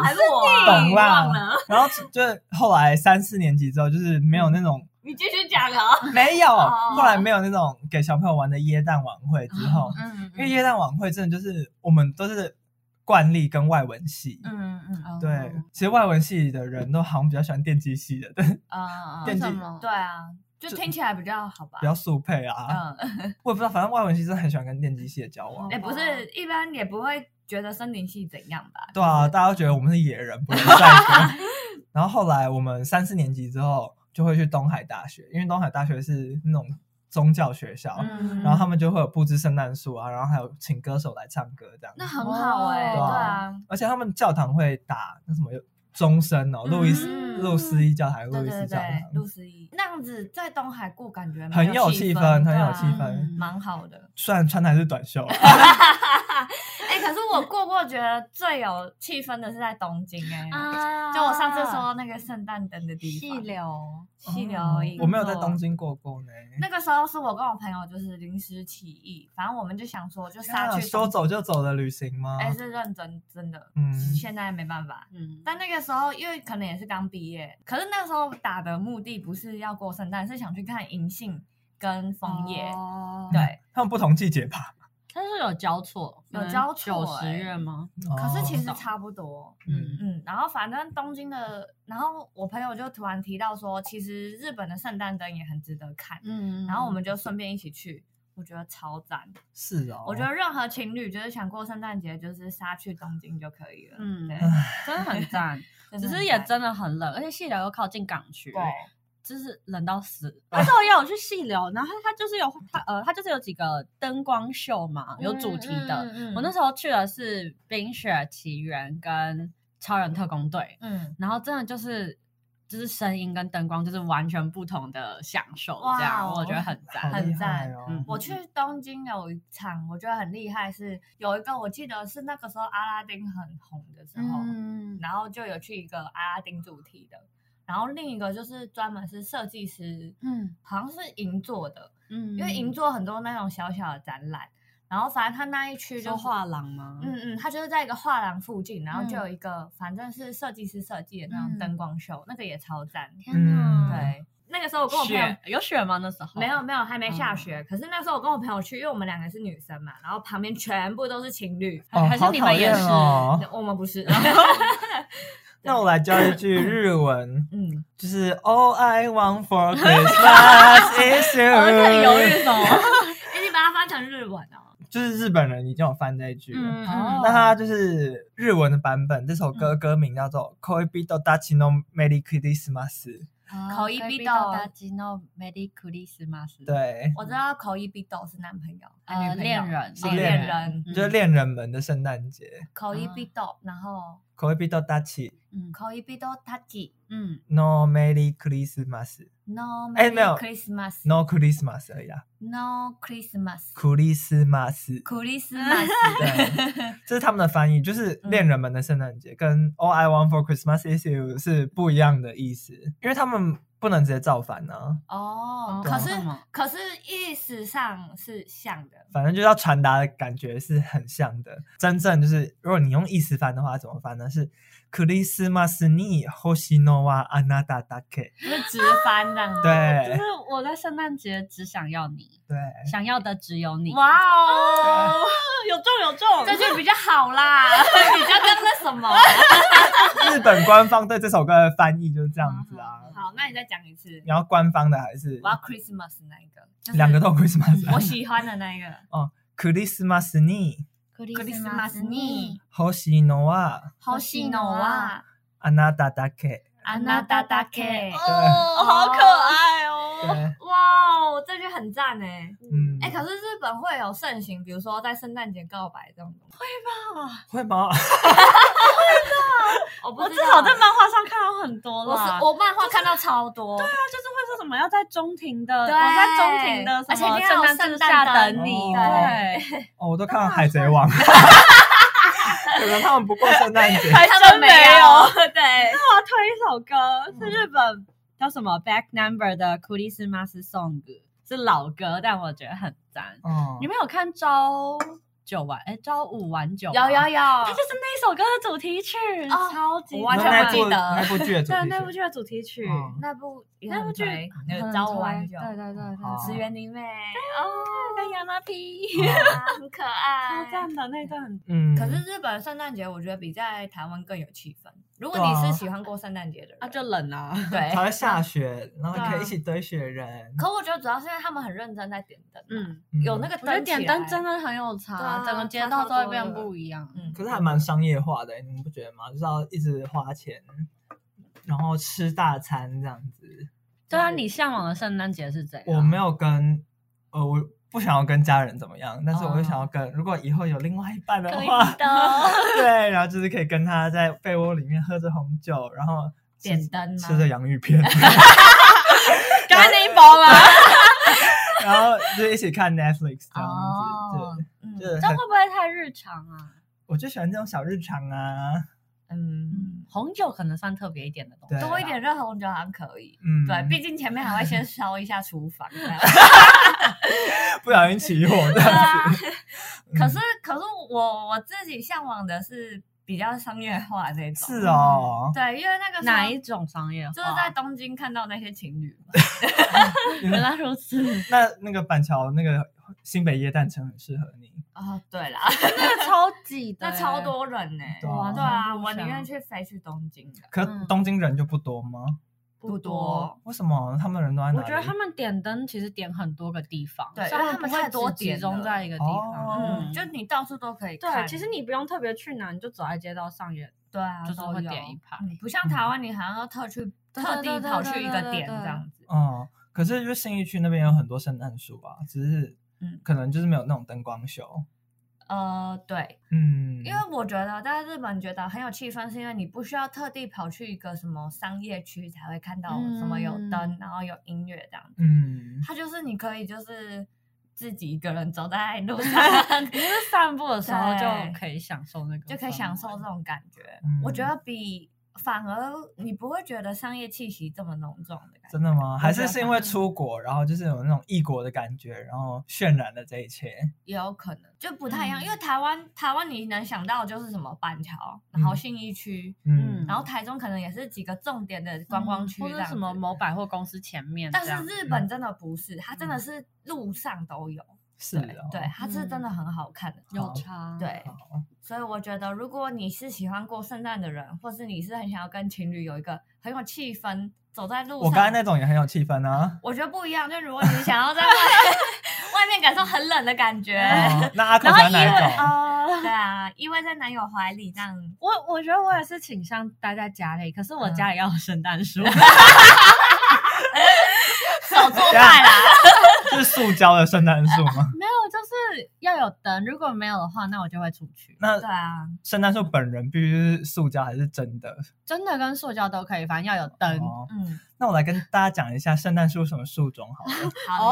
A: 还是我啊、
B: 懂啦
A: 忘了，
B: 然后就是后来三四年级之后，就是没有那种
A: 你继续讲啊。
B: 没有，
A: 哦
B: 后来没有那种给小朋友玩的耶诞晚会之后，
A: 嗯
B: 因为耶诞晚会真的就是我们都是惯例跟外文系。
A: 嗯嗯
C: 哦
B: 对，其实外文系的人都好像比较喜欢电机系的，但是
A: 嗯
B: 电
A: 嗯，
B: 竞
D: 什么？
A: 对啊，就
B: 就
A: 听起来比较好吧
B: 比。较速配啊。
A: 嗯，
B: 我也不知道，反正外文系真的很喜欢跟电机系的交往
A: 哎、。不是，一般也不会觉得森林系怎样吧？
B: 对啊，大家都觉得我们是野人，
A: [laughs]
B: 不是帅哥。然后后来我们三四年级之后就会去东海大学，因为东海大学是那种宗教学校，
A: 嗯
B: 哦然后他们就会有布置圣诞树啊，然后还有请歌手来唱歌这样。
A: 那很好哎、
C: 哦
A: 对
B: 对啊
A: 啊，
B: 而且他们教堂会打那什么钟声哦，路易斯、
A: 嗯
B: 路斯一教堂、
A: 对
B: 路
A: 对
B: 易斯
A: 对
B: 教
A: 对，
B: 堂，
A: 路十一那样子在东海过，感觉蛮
B: 很
A: 有
B: 有
A: 气
B: 气氛，
A: 对
B: 很有
A: 啊
B: 气氛。
C: 嗯
A: 蛮好的。
B: 虽然穿的还是短袖啊，
A: 哎、可是我过过，觉得最有气氛的是在东京哎、
D: 啊
A: 就我上次说那个圣诞灯的地方，
D: 流，
A: [laughs] 细流营
B: 嗯我没有在东京过过呢。
A: 那个时候是我跟我朋友就是临时起意，反正我们就想说就
B: 天啊
A: 杀去
B: 说
A: 东京，
B: 走就走的旅行吗？
A: 哎、是认真真的，
B: 嗯
A: 现在没办法。
C: 嗯，
A: 但那个时候，因为可能也是刚毕业，可是那个时候打的目的不是要过圣诞，是想去看银杏跟枫叶。
D: 哦
A: 对，
B: 他们不同季节吧？
C: 它是有交错，嗯
A: 有交错
C: 九十
A: 欸
C: 月吗？
A: 可是其
B: 哦
A: 实差不多。
B: 嗯
A: 嗯，然后反正东京的，然后我朋友就突然提到说，其实日本的圣诞灯也很值得看，
C: 嗯
A: 然后我们就顺便一起去，我觉得超赞。
B: 是哦，
A: 我觉得任何情侣就是想过圣诞节，就是杀去东京就可以了。
C: 嗯
A: 对，
C: 真的很赞，
A: [laughs] 真的
C: 只
A: 很
C: 是也
A: 赞
C: 真的很冷，而且细流又靠近港区，
A: 对，
C: 就是冷到死。那时候也有去细流，然后它就是有它呃，它就是有几个灯光秀嘛，有主题的。
A: 嗯
C: 我那时候去的是《冰雪奇缘》跟《超人特工队》，
A: 嗯，
C: 然后真的就是就是声音跟灯光就是完全不同的享受，这样
A: 哇哦
C: 我觉得很
B: 好
C: 赞。
A: 很
B: 厉害
A: 赞
B: 哦
C: 嗯
A: 我去东京有一场，我觉得很厉害是，有一个我记得是那个时候阿拉丁很红的时候，
D: 嗯，
A: 然后就有去一个阿拉丁主题的，然后另一个就是专门是设计师，
D: 嗯，
A: 好像是银座的，
C: 嗯
A: 因为银座很多那种小小的展览，然后反正他那一区就
C: 说
A: 是
C: 画廊吗？
A: 嗯嗯，它就是在一个画廊附近，然后就
D: 嗯
A: 有一个、反正是设计师设计的那种
D: 嗯
A: 灯光秀，那个也超赞。
D: 天
B: 嗯
D: 哪，
A: 对，那个时候我跟我朋友
C: 雪有雪吗？那时候
A: 没有没有还没下雪，可是那时候我跟我朋友去，因为我们两个是女生嘛，然后旁边全部都是情侣，
B: 哦，
C: 还是
B: 好
C: 你
B: 讨
C: 们也
B: 厌
C: 是
B: 哦。
A: [laughs] 我们不是。 [laughs]
B: 那我来教一句日文，
A: 嗯，
B: 就是 All I
A: [laughs]
B: want for Christmas is
C: 我们在犹豫
B: you，
C: 什 [laughs] 么？
A: 哎，你把它翻成日文哦。
B: 就是日本人已经有翻这一句了。
A: 嗯
C: 哦
B: 那它就是日文的版本，这首歌歌名叫做《恋人たちのメリークリスマス》。
A: 口译必到
C: 大吉诺 Merry Christmas。，
B: 对，
A: 我知道口译必斗是男朋友，
C: 呃
A: 女朋友
C: 恋人
A: 是
B: 哦
A: 恋
B: 恋
A: 人，
B: 就是恋人们的圣诞节。
A: 口译必斗，然后
B: 恋人たち
C: 嗯
A: 口译必斗他几
C: 嗯，
B: のメリークリスマス
A: no
B: 哎没有
A: Christmas
B: ，No Christmas 而已啊，
A: no Christmas
B: クリスマス。
A: Christmas
B: 对，这是他们的翻译，就是恋人们的圣诞节、跟 All I Want for Christmas is You 是不一样的意思，因为他们不能直接造反啊呢、
A: [laughs] 哦
C: 哦，
A: 可是
C: 为什么
A: 可是意思上是像的，
B: 反正就是要传达的感觉是很像的。真正就是，如果你用意思翻的话，怎么翻呢？是クリスマスに星のはあなただ
A: [laughs]
B: け。
A: 就是直翻这样子。
C: 就
B: 对
C: 是我在圣诞节只想要你，
B: 对，
C: 想要的只有你。
A: 哇哦，
C: 有中有中，
A: 这就比较好 [laughs] 啦，比较跟那什么。
B: 日本官方对这首歌的翻译就是这样子啊。
A: 嗯好，那你再讲一次，
B: 你要官方的还是
A: 我要 Christmas 那一个，就是
B: 啊 [laughs] 两个都有 Christmas？
A: 我喜欢的那一个。
B: 哦，クリスマスに
A: クリ
D: クリスマスに
B: 星のは
D: 欲し
A: 哦
D: いのは
B: あなただけ。
D: あなただけ。
A: [laughs] 哦
D: 哦
C: 好可爱哦！
B: 对，
A: 哇哦，这句很赞哎。
B: 嗯，
A: 哎、可是日本会有盛行，比如说在圣诞节告白这种东西，
B: 会吗？
A: 我哦不
C: 我
A: 知
C: 至
A: 道啊
C: 少在漫画上看到很多
A: 我
C: 啦。
A: 是我漫画看到超多，
C: 对啊，就是会说什么要在中庭的，我
A: 对
C: 在中庭的
A: 而
C: 什
A: 且一
C: 么
A: 定要有
C: 圣诞树
A: 圣诞
C: 下
A: 灯
C: 等你，
B: 哦
C: 对，
B: 哦，我都看到《海
A: [laughs]
B: 贼王》。可能他们不过圣诞节。
C: 还
A: 他
C: 真
A: 们
C: 没有。 [laughs]
A: 有，对，
C: 那我要推一首歌，是日本叫什么 Back Number 的《库里斯马斯 Song》，是老歌，但我觉得很赞。
B: 哦
C: 你，们有看朝九晚哎朝五晚九吗？
A: 有有
C: 它
A: 有
C: 就，是那一首歌的主题曲，
A: 哦
C: 超级
A: 我完全
C: 赞
B: 那
A: 不记
B: 部
A: 得啊
B: 那部剧的主题曲
C: 对啊那部剧的主题曲，
B: 嗯
A: 那部也
C: 那部
A: 很
C: 剧
A: 推那
C: 很
A: 个朝五晚
C: 推
A: 九，
C: 对对对对，
B: 哦
A: 石原里
C: [laughs]
A: 美，
C: 跟亚麻皮，
A: [laughs] 哦，很可爱，
C: 超赞的那一段很
B: 嗯，
A: 可是日本圣诞节，我觉得比在台湾更有气氛。如果
B: 对
A: 你
B: 啊
A: 是喜欢过圣诞节的人，
C: 啊，就冷 [laughs] 啊，
A: 对
B: 还。会下雪，然后
A: 对啊
B: 可以一起堆雪人。
A: 可我觉得主要是因为他们很认真在点灯，嗯，
C: 嗯，
B: 嗯
A: 有那个
C: 我觉得
A: 灯
C: 点
A: 起来
C: 灯真，的很有差，
A: 对啊
C: 整个街道都会变不一样。
A: 嗯，
B: 可是还蛮商业化的欸，你们不觉得吗？就是要一直花钱，然后吃大餐这样子。
C: 对啊，你向往的圣诞节是怎样？
B: 我没有跟，呃，我不想要跟家人怎么样，但是我就想要
A: 哦
B: 跟，如果以后有另外一半的
C: 可以
B: 话， [laughs]
C: 的，
B: 对，然后就是可以跟他在被窝里面喝着红酒，然后吃
A: 点灯吗
B: 吃着洋芋片， [laughs]
C: 刚才那一包吗？
B: 然后就一起看 Netflix 这样
A: 哦
B: 子。
A: 嗯
B: 对，就
C: 这
B: 很
C: 会不会太日常啊？
B: 我就喜欢这种小日常啊，
A: 嗯，啊
C: 红酒可能算特别一点的东西，
B: 对
A: 多一点热红酒好像可以。
B: 嗯，
A: 对，毕竟前面还会先烧一下厨房。这样
C: [laughs]
B: 不小心起火这
A: 对
B: 样
A: 啊 [laughs]
B: 子。嗯
A: 可是，可是我我自己向往的是比较商业化这种。
B: 是哦，
A: 对，因为那个时候
C: 哪一种啊商业化？
A: 就是 [laughs] 在东京看到那些情侣嘛。
C: 原来如此，
B: 那那个板桥那个新北耶诞城很适合你，
A: 哦，对啦，
C: [laughs] 那个超级
A: [laughs]
C: 的，
A: 那超多人呢、
B: 对啊
A: 哇，对啊，
C: 路
A: 我宁
C: 上
A: 愿去飞去东京的。
B: 可
C: 嗯
B: 东京人就不多吗？
A: 不多。
B: 为什么他们人都在哪里？
C: 我觉得他们点灯其实点很多个地方，
A: 对
C: 所以
A: 因为他们
C: 不会
A: 太多
C: 只集
A: 点
C: 中
A: 了
C: 在一个地
B: 哦
C: 方。
A: 嗯，
C: 嗯，
A: 就你到处都可以看。
C: 对，其实你不用特别去哪，你就走在街道上也
A: 对啊，
C: 就是
A: 都
C: 会
A: 有
C: 点一排
A: 嗯不像台湾，你好像要特去
C: 对
A: 特地
C: 对对
A: 跑去一
C: 对
A: 个
C: 对
A: 点
C: 对
A: 这样子。
B: 嗯，可是就信义区那边有很多圣诞树啊，只是
A: 嗯
B: 可能就是没有那种灯光秀。
A: 呃，对，
B: 嗯，
A: 因为我觉得在日本觉得很有气氛，是因为你不需要特地跑去一个什么商业区才会看到什么有灯，
C: 嗯
A: 然后有音乐这样子。
B: 嗯，
A: 它就是你可以就是自己一个人走在路
C: [laughs]
A: 上，
C: [laughs]
A: [laughs]
C: 你就是散步的时候
A: 对
C: 就可以享受那个氛围，
A: 就可以享受这种感觉。
B: 嗯
A: 我觉得比反而你不会觉得商业气息这么浓重的感觉。
B: 真的吗？还是
A: 觉得
B: 是因为出国，然后就是有那种异国的感觉，然后渲染了这一切。
A: 也有可能就不太一样，
C: 嗯
A: 因为台湾台湾你能想到就是什么板桥，然后
B: 嗯
A: 信义区，
B: 嗯
C: 嗯
A: 然后台中可能也是几个重点的观光区
C: 嗯
A: 这
C: 或者
A: 样
C: 什么
A: 子
C: 某百货公司前面这
A: 但
C: 样，
A: 是日
B: 嗯
A: 本真的不是，它真的是路上都有，
B: 是
A: 对
B: 嗯哦，
A: 对，它是真的很好看的。
C: 有差，
A: 对
B: 好，
A: 所以我觉得，如果你是喜欢过圣诞的人，或是你是很想要跟情侣有一个很有气氛，走在路上，
B: 我刚才那种也很有气氛啊。
A: 我觉得不一样。就如果你想要在外外面 [laughs] 感受很冷的感觉，
B: 哦那阿口
C: 哎
B: 喜
C: 然后
B: 欢
C: 因为
B: 哪一 [laughs] 种？
C: 啊。
A: 对啊，依偎在男友怀里
B: [laughs]
A: 这样，
C: 我我觉得我也是倾向待在家里，可是我家里要有圣诞 [laughs] 树，
A: 手做派
B: [laughs]
A: 啦。
B: 是塑胶的圣诞树吗？
C: 没有就是要有灯，如果没有的话，那我就会出去。
B: 那
A: 对啊，
B: 圣诞树本人必须是塑胶还是真的？
C: 真的跟塑胶都可以，反正要有灯。
B: 哦，
A: 嗯，
B: 那我来跟大家讲一下圣诞树什么树种好了。
A: 好，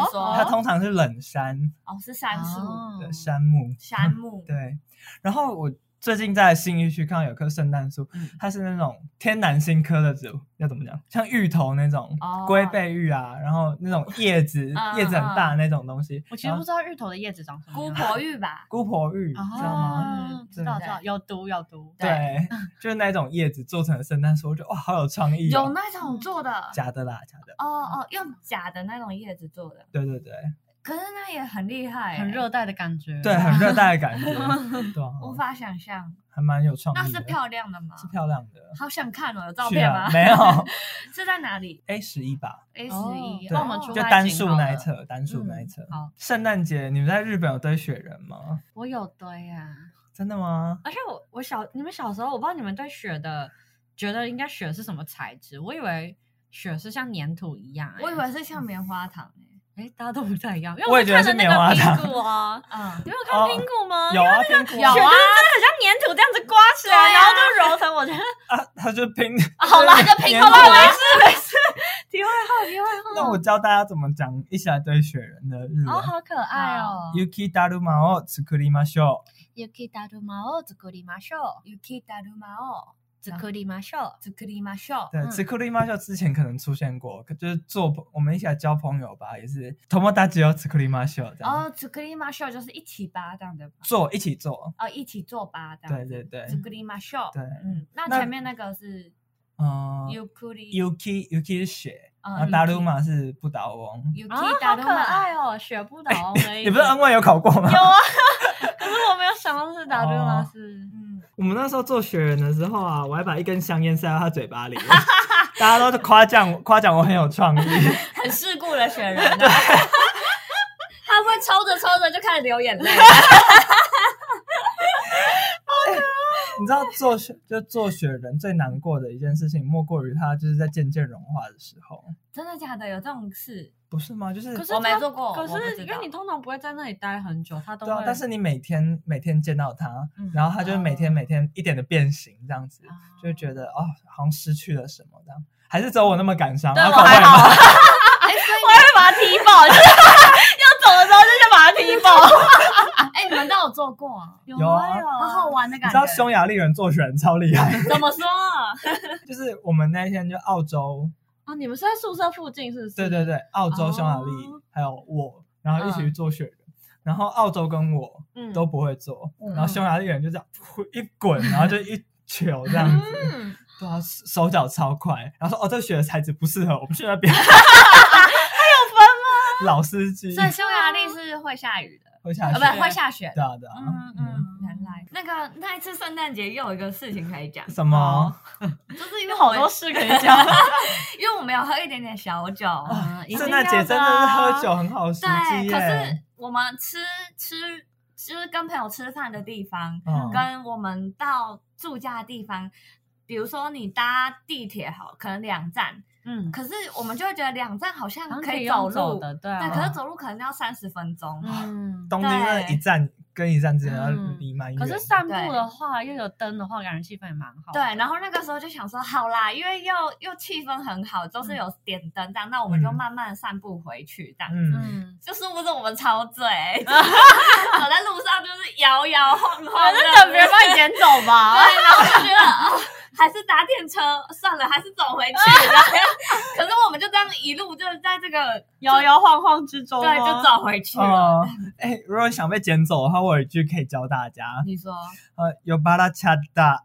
A: 你
C: 哦嗯
A: 说
B: [laughs] 它通常是冷杉
A: 哦，是杉树、
B: 的杉木，
A: 杉木，
B: 对，然后我最近在新义区看到有棵圣诞树，
C: 嗯
B: 它是那种天南星科的植物，要怎么讲？像芋头那种
A: 哦
B: 龟背芋啊，然后那种叶子
A: 嗯
B: 叶子很大那种东西。
C: 我其实
B: 然
C: 不
B: 后
C: 知道芋头的叶子长什么
A: 姑
C: 样。
A: 婆芋
B: [laughs]
A: 吧，
B: 姑婆芋，
C: 啊，
B: 知道吗？
A: 嗯
C: 知道
A: 对
C: 知道，有毒有毒。
A: 对嗯
B: 对，就是那种叶子做成的圣诞树，我觉得哇，好有创意
A: 有
B: 哦。
A: 那种做
B: [laughs]
A: 的，
B: 假的啦，假的。
A: 哦哦，用假的那种叶子做的，[laughs]
B: 对对对
A: 可是那也很厉害、欸
C: 很，热带的感觉。
B: 对，很热带
A: [laughs]
B: 的感觉，对啊，
A: 无法想象。
B: 还蛮有创
A: 那
B: 意的。
A: 是漂亮的吗？
B: 嗯是漂亮的，
A: 好想看哦，有照
B: 去
A: 片
B: 啊
A: 吗？
B: 没有
A: [laughs] 是在哪里
B: A 十一吧，
A: ？A 十
C: 哦
A: 一，
B: 对
C: 那我们出
B: 就
C: 外景
B: 单数
C: 好
B: 那一
C: 了
B: 侧，单数那一
A: 嗯
B: 侧
C: 好。
B: 圣诞节你们在日本有堆雪人吗？
C: 我有堆呀，啊
B: 真的
A: 嗯
B: 吗？
C: 而且我我小你们小时候，我不知道你们对雪的觉得应该雪是什么材质，我以为雪是像粘土一样、欸，
A: 我以为是像棉花糖欸诶、
C: 哎、大家都不太一样，因为
B: 我也
C: 是
B: 觉得
C: 看
B: 是
C: 着那
B: 棉花
C: 个
B: 糖
C: 屁股啊，
A: 嗯，
C: 你们有看
B: 哦
C: 苹果吗？
B: 有啊，苹果
A: 有
C: 雪
A: 啊
C: 就是真的很像粘土这样子刮起来，
A: 对啊
C: 然后就揉成我觉得
B: 啊，它就拼。
A: 好啦，就苹果
B: [laughs] 粘
A: 啦
B: 土。啊
C: 题外话，题外话，
B: 那我教大家怎么讲一起来堆雪人的日文。
C: 哦，好可爱哦，
B: Yuki daru mao t s u k u r i m a s h o
D: 雪だるまを作りまし
B: 啊
D: ょう。
A: 雪だるまを
C: 作りましょう。
A: 作りましょう。
B: 对 t s u k u r i m a s h o 之前可能出现过，可就是做朋我们一起来交朋友吧，也是 tomodachi o t s u k u r i m a s h o 这样。
A: 哦，作りましょう就是一起吧，这样对吧？
B: 做一起做，
A: 哦，一起做吧，这
B: 对
A: 样。
B: 对对
A: 作りましょう。
B: 对，
A: 嗯，那
B: 那
A: 前面那个是
B: 嗯
A: Yukuri
B: ，Yuki Yuki 是雪，啊
A: 嗯
B: 然后 daru ma 是不倒翁。
C: 啊，
A: Yuki
C: 好
A: Daruma
C: 可爱哦，雪不倒翁而已。
B: 哎你不是 N 位有考过吗？
C: 有啊，可是我没有想到是打对吗？
B: 哦
C: 是
A: 嗯，
B: 我们那时候做雪人的时候啊，我还把一根香烟塞到他嘴巴里，大家都夸奖夸奖我很有创意。 [laughs]
A: 很世故的雪人啊。 [laughs] 他会抽着抽着就开始流眼泪。
B: 你知道做雪就做雪人最难过的一件事情，莫过于它就是在渐渐融化的时候，
A: [laughs] 真的假的？有这种事？
B: 不是吗？就是
C: 可是
A: 我没
C: 它
A: 做
B: 哦
A: 过
C: 可
A: 我不
C: 是
A: 知
C: 因
A: 道
C: 为你通常不会在那里待很久，它都
B: 对啊
C: 会。，
B: 但是你每天每天见到它，
A: 嗯
B: 然后它就是每天
C: 哦
B: 每天一点的变形，这样子、就会觉得哦，好像失去了什么这样。还是只有我那么感伤，
C: 对
B: 然后
C: 我
B: 搞不
C: 还
B: 好
C: 好，
B: 你们
A: 哎
C: 我
A: [laughs]
C: 会把它踢爆，就是 [laughs] 要走的时候就想把它踢爆。
A: 哎，你们都有做过啊？
B: [laughs] 有啊
C: 有
A: [laughs] 好好玩的
B: 你
A: 感
B: 知道
A: 觉。
B: 匈牙利人做雪人超厉
C: [laughs]
B: 害，
A: 怎么说？
B: 就是我们那天就澳洲
C: 啊！你们是在宿舍附近是不是？
B: 对对对，澳洲、匈牙利
C: 哦
B: 还有我，然后一起去做雪人。然后澳洲跟我
C: 嗯，
B: 都不会做，
C: 嗯
B: 然后匈牙利人就这样噗一滚，然后就一球这样子，
C: 嗯，
B: 对啊，手手脚超快。然后说哦，这雪的材质不适合，我们去那边。还有分吗？老司机
A: [laughs] 所以匈牙利是会下雨的，
B: 会下
A: 啊，
B: 雪，
A: 不会下雪的。
B: 对啊对啊，
A: 嗯
B: 嗯，
A: 嗯，原来那个那一次圣诞节又有一个事情可以讲，
B: 什么？
A: 就是因为
C: 有
A: 我
C: 好
A: 们
C: 多事可以讲。 [laughs]
A: 因为我们有喝一点点小酒，啊
C: 一定
B: 哦圣诞节
C: 要
B: 真的是喝酒很好时机
A: 对，可是
B: 耶。
A: 我们吃吃就是跟朋友吃饭的地方，
B: 嗯
A: 跟我们到住家的地方，比如说你搭地铁好，可能两站，
C: 嗯，
A: 可是我们就会觉得两站好像
C: 好像
A: 可以
C: 用
A: 走路，
C: 的，对
A: 对，
C: 啊。
A: 可是走路可能要三十分钟，
C: 嗯，
B: 东京那一站跟一站之间要
C: 嗯
B: 离蛮远
C: 可
B: 的，
C: 是散步的话，又有灯的话，感觉气氛也蛮好的。
A: 对，然后那个时候就想说，好啦，因为又又气氛很好，都
C: 嗯
A: 是有点灯这样，那我们就
B: 嗯
A: 慢慢散步回去这样。
B: 嗯，
C: 嗯，
A: 就是不是我们超 [laughs] 醉，走在路上就是摇摇晃
C: 反
A: 晃的，
C: 正等别人帮你捡走吧。
A: 对，然后就觉得、哦、还是搭电车算了，还是走回去。 [laughs] 可是我们就这样一路就是在这个
C: 摇摇晃晃之中吗，
A: 对就走回去了。
B: 哦，哎、如果想被捡走的话，我有一句可以教大家，
A: 你说
B: 呃，有巴拉恰达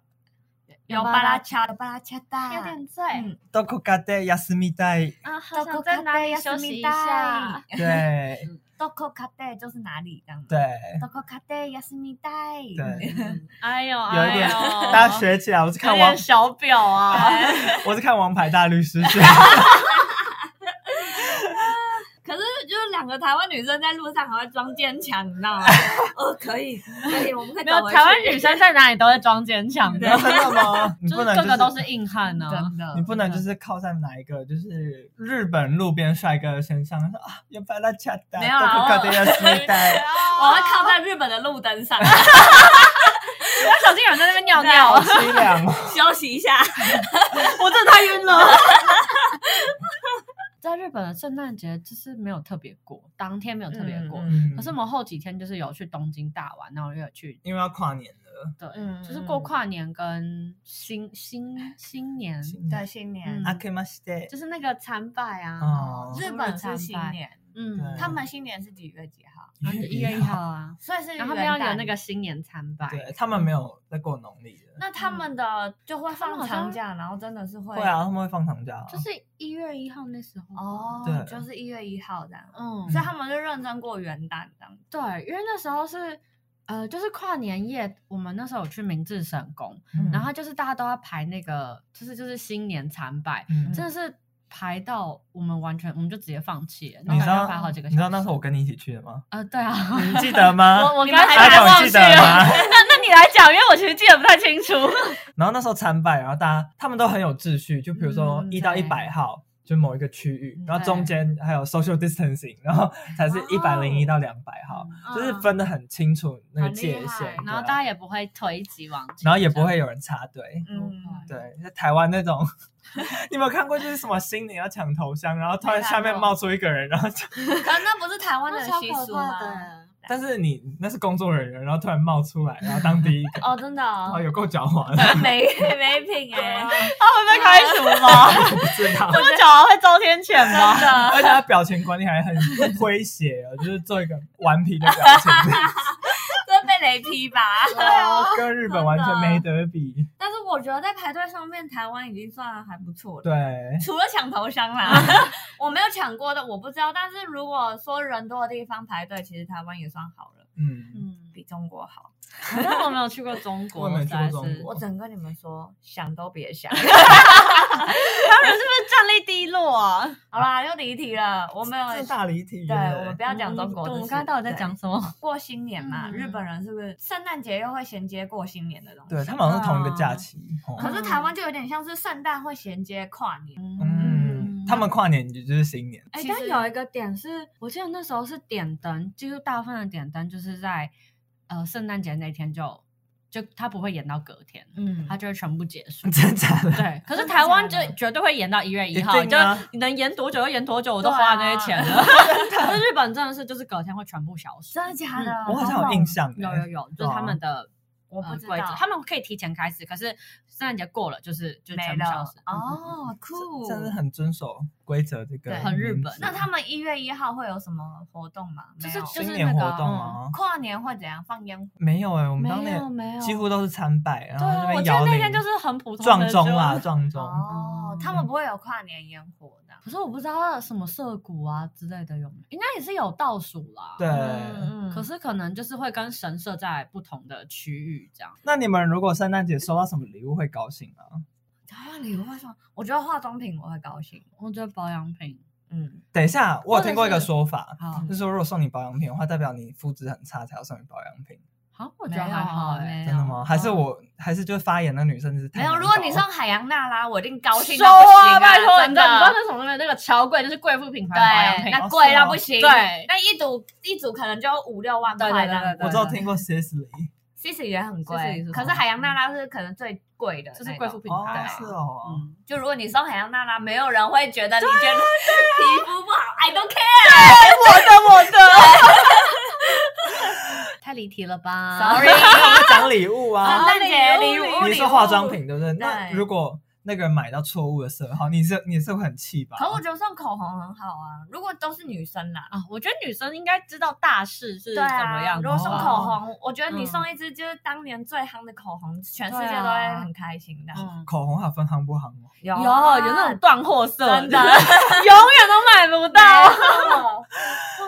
A: 有巴拉恰，有巴拉恰达，
C: 有点醉
A: 嗯
B: 多库嘎德亚斯密代，
C: 啊，好想在哪里休息一 [laughs] 下。
B: 对
A: d o k o k a d e 就是哪里这样子。
B: 对
A: d o k o k a d e 也是米代。
B: 对，
C: 哎呦，哎
B: 有一点，
C: 哎呦
B: 大家
C: [laughs]
B: 学起来。我是看
C: 有
B: 王
C: 点，小表 [laughs] 啊，
B: 我是看《王牌大律师》
C: [laughs]
B: 学。
A: 可是就是两个台湾女生在路上还会装坚强，你知 [laughs] 道吗？哦，可以，可以，我们可以
C: 没
A: 走
C: 有
A: 回去。
C: 台湾女生在哪里都会装坚强的，
B: 真的
C: [laughs]
B: 吗？ [laughs] 你
C: 就
B: 不
C: 是
B: 能
C: 个个都
B: 就是
C: 硬汉呢。
A: 真的，
B: 你不能就是靠在哪一个就是日本路边帅哥的身上说啊，有巴拉恰达
A: 没有啊
B: 多库嘎德亚斯
C: 哦
B: 密
C: [laughs]
B: 代，
A: 我
C: 我
A: 要靠在日本的路灯上 [laughs]
C: 要小心有人在那边尿
B: 好
C: 尿， [laughs]
B: 凄凉哦。
A: 休息一下。
C: 我真的太晕了。 [laughs] 在日本的圣诞节就是没有特别过，当天没有特别过，
B: 嗯
C: 可是我们后几天就是有去东京大玩，然后又有去
B: 因为要跨年了，
C: 对，
A: 嗯
C: 就是过跨年跟新新新年，
B: 新
A: 对，
B: 年
A: 新年
C: 嗯
B: あけまして
C: 就是那个参拜啊，
B: 哦
A: 日本是新年，
B: 对
C: 嗯，
A: 他们新年是几月几号？
C: 然后一月一号啊，
A: 所以是
C: 然后他们要有那
A: 元
C: 个
A: 旦。
C: 新年参拜，
B: [laughs] 对他们没有在过农历的。
A: 那他们的就会
C: 他
A: 放
C: 们好像
A: 长假，然后真的是会
B: 会啊，他们会放长假啊、
C: 就是一月一号那时候吧
A: 哦
B: 对，
A: 就是一月一号这样，
C: 嗯，
A: 所以他们就认真过元旦这样。
C: 对，因为那时候是。呃，就是跨年夜，我们那时候有去明治神宫，
B: 嗯
C: 然后就是大家都要排那个，就是就是新年参拜，
B: 嗯
C: 真的是排到我们完全，我们就直接放弃了。
B: 你知
C: 然后
B: 道
C: 排好几个
B: 你
C: 小时，
B: 知道那时候我跟你一起去的
C: [laughs]
B: 吗？
C: 呃，
B: [laughs]
C: 对啊，
B: 你记得吗？
C: 我我
A: 你
C: 刚
A: 们
C: 才
A: 还
C: 才
A: 打
C: 忘
B: 还
C: 记
B: 记得吗
C: 了。？那那你来讲，因为我其实记得不太清楚。
A: 嗯
B: 然后那时候参拜，然后大家他们都很有秩序，就比如说
C: 嗯
B: 一到一
C: 对
B: 百号。就某一个区域
C: 嗯，
B: 然后中间还有 social distancing，然后才是一百
C: 哦
B: 零一到两百号，
C: 嗯
B: 就是分得很清楚那个
A: 很厉
B: 界
A: 害
B: 限，
C: 然
B: 对啊
C: 后大家也不会推挤往前，
B: 然后也不会有人插队，
A: 嗯，
B: 对，在台湾那
C: [laughs]
B: 种，你有没有看过就是什么新年要抢头香，然后突然下面冒出一个人，然后
C: [laughs]
A: [laughs]
B: 就，
A: 啊，那不是台湾
D: 那
A: 的
D: 超
A: 习
D: 可
A: 俗
D: 怕
A: 吗？
D: 的。
B: 但是你那是工作人员，然后突然冒出来，然后当第一
C: [laughs]
B: 个，
A: 哦，真的
B: 哦，
A: 哦，
B: 有够狡猾的， [laughs]
A: 没没品哎，
C: 他会被开除 [laughs] 吗？
B: 不知道。
C: 不久啊会遭天谴吗？ [laughs]
A: 啊
B: 而且他表情管理还很诙谐哦， [laughs] 就是做一个顽皮的表
C: [laughs]
B: 情，
A: 真被雷劈吧？
C: 啊
B: 跟日本完全没得比。
A: [laughs] 但是我觉得在排队上面，台湾已经算还不错了。
B: 对，
A: 除了抢头香 [laughs] 啦，我没有抢过的，我不知道。但是如果说人多的地方排队，其实台湾也算好了，
B: 嗯，
D: 嗯，
A: 比中国好。
C: 嗯那我没有去过中国，
B: 我也没
C: 实
B: 去过
C: 在
B: 中
C: 是
A: 我整跟你们说，想都别想。 [laughs]
C: 他们是不是战力低落啊？
A: 好啦，又离题了，我没有。
B: 这大欸离题耶。
A: 对，嗯我们不要讲中
B: 嗯
A: 国的事。
C: 嗯我们刚才到底在讲什么？
A: 对过新年嘛？
C: 嗯
A: 日本人是不是圣诞节又会衔接过新年的东西？
B: 对他们好像是同一个假期。哦
C: 啊
A: 可是台湾就有点像是圣诞会衔接跨年，
B: 嗯，他们跨年就是新年，。
C: 哎，
A: 其
C: 但
A: 实
C: 有一个点是，我记得那时候是点灯，几乎大部分的点灯就是在呃圣诞节那天就就它不会延到隔天，
A: 嗯
C: 它就会全部结束
B: 真假
C: [laughs]
B: 的？
C: 对，可是
A: 真的
C: 台湾就
A: 假的
C: 绝对会延到一月一号，
B: 一
C: 就
B: 定啊
C: 你能延多久就延多久，我都
A: 对
C: 花
A: 啊
C: 那些钱了。可是日本 [laughs] 真的是就是隔天会全部消失，
A: 真的假的？
B: 嗯我好像有印，象耶。欸
C: 有有有，就是他们的
A: 我不
C: 呃
A: 知
C: 规则
A: 道，
C: 他们可以提前开始，可是圣诞节过了就是嗯就
A: 没
C: 全部消
A: 了
C: 失。
A: 哦，酷，
B: 真的很遵守规则，这个
A: 对
C: 很日本
B: 嗯
A: 那他们一月一号会有什么活动吗？
C: 就
A: 没
C: 是
A: 有
C: 就是
B: 新年活动
C: 那啊嗯
B: 吗？
A: 跨年会怎样放烟火？
B: 没有哎，我们当
C: 没有
B: 年
C: 没有，
B: 几乎都是参拜，然
C: 对
B: 后
C: 啊，
B: 那
C: 我
B: 边
C: 记得
B: 摇
C: 那
B: 铃
C: 天就是很普通
B: 撞
C: 的
B: 钟啊
C: 就
B: 啦，撞钟。
A: 哦，他们不会有跨年烟火的。
C: 可是我不知道什么涩谷啊之类的有没有，应该也是有倒数啦。
B: 对，啊
A: 嗯
C: 可是可能就是会跟神社在不同的区域这样。
B: 那你们如果圣诞节收到什么礼物会高兴啊？
A: 台湾礼物会送，我觉得化妆品我会高兴。
C: 我觉得保养品嗯
A: 嗯，
B: 等一下，我有听过一个说法，
C: 好
B: 就是说如果送你保养品的话，代表你肤质很差才要送你保养品，
C: 好，我觉得
A: 没有
C: 还好
A: 欸
C: 哎，
B: 真的吗？还是我还是就是发言的女生就是太
A: 没有。
B: 难
A: 如果
B: 搞
A: 你送海洋娜拉，我一定高兴
C: 收
A: 到不行
C: 啊，拜托，
A: 真
C: 你知道你知道
A: 的。哎
C: 那什么那边那个超贵，就是贵妇品牌的保养
A: 对，
C: 品，
A: 那
B: 哦
A: 贵
B: 是
A: 到
B: 哦
A: 不行。
C: 对
A: 那一组一组可能就五六万
C: 对
A: 块
C: 对
A: 这
C: 对
A: 样
C: 对
A: 子。
C: 对
B: 我知道听过 Sisley
A: 西施也很贵
C: Sisley 是，
A: 可是
C: 什么
A: 海洋娜拉是可能最贵的那
C: 就
A: 种，
C: 是贵妇品
B: 哦
C: 牌，，
B: 是哦，
C: 嗯，
A: 就如果你送海洋娜拉，没有人会觉得
C: 啊
A: 你觉得 [laughs] 皮肤不好。I don't care。
B: 哎
C: 我的
A: [laughs]
C: 我的，太离题了吧
A: Sorry
B: 他们讲礼物
A: [laughs] 圣
B: 啊，
A: 诞
C: 哦
A: 节礼物，
B: 你
A: 礼物
B: 说化妆。品对不对？
A: 对
B: 那如果那个人买到错误的色号，你是你是会很气吧？
A: 可我觉得送口红很好啊，如果都是女生啦，
C: 啊，我觉得女生应该知道大事是
A: 对
C: 怎么
A: 啊，
C: 样的
A: 如果
C: 吧。
A: 送口红，我觉得你
C: 嗯
A: 送一支就是当年最夯的口红，全世
C: 对
A: 界
C: 啊
A: 都会很开心的。
C: 嗯，
B: 口红还有分行不行哦？
A: 有啊
C: 有
A: 有
C: 有那种 [laughs] 断货色，
A: 真的
C: 永远都买不到。 [laughs] 对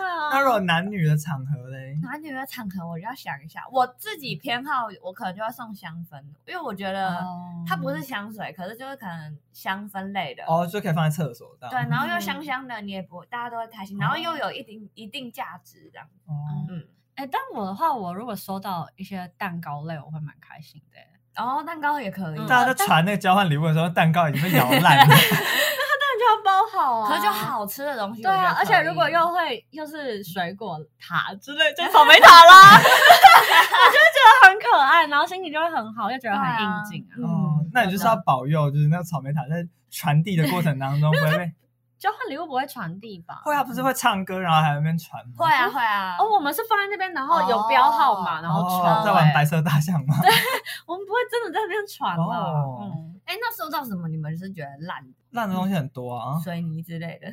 B: 那
A: 嗯
C: 啊，
B: 如果男女的场合嘞？
A: 男女的场合，我就要想一下，我自己偏好，我可能就要送香氛，因为我觉得
C: 哦
A: 它不是香水，可是就是可能香氛类的。
B: 哦，就可以放在厕所的。
A: 对，然后又
C: 嗯
A: 香香的，你也不大家都会开心，然后
C: 哦
A: 又有一定一定价值这样。
B: 哦，
A: 嗯，
C: 哎，但我的话，我如果收到一些蛋糕类，我会蛮开心的。
A: 然后哦蛋糕也可以，啊
C: 嗯
B: 大家在传那个交换礼物的时候，蛋糕已经被咬
C: [laughs]
B: 烂了。
C: 那就要包好
A: 可是就。好啊吃的东西
C: 对
A: 我觉得可以。
C: 啊，而且如果又会又是水果塔之
B: [laughs]
C: 类，就草莓塔啦， [laughs] 我就觉得很可爱，然后心情就会很好，又觉得很应景啊
A: 对。啊
B: 哦，那你就是要保佑，就是那个草莓塔在传递的过程当中不会被
C: 交换礼物不会传递吧？
B: 会啊，不是会唱歌，然后还在那边传吗？
A: 会啊会啊，
C: 哦，我们是放在那边，然后有标号码，
A: 哦
C: 然后传、欸
B: 哦，在玩白色大象吗？
C: 我们不会真的在那边传啦。
B: 哦
C: 嗯，
A: 哎，那收到什么你们是觉得烂的
B: 烂的东西很多啊。
A: 水泥之类的，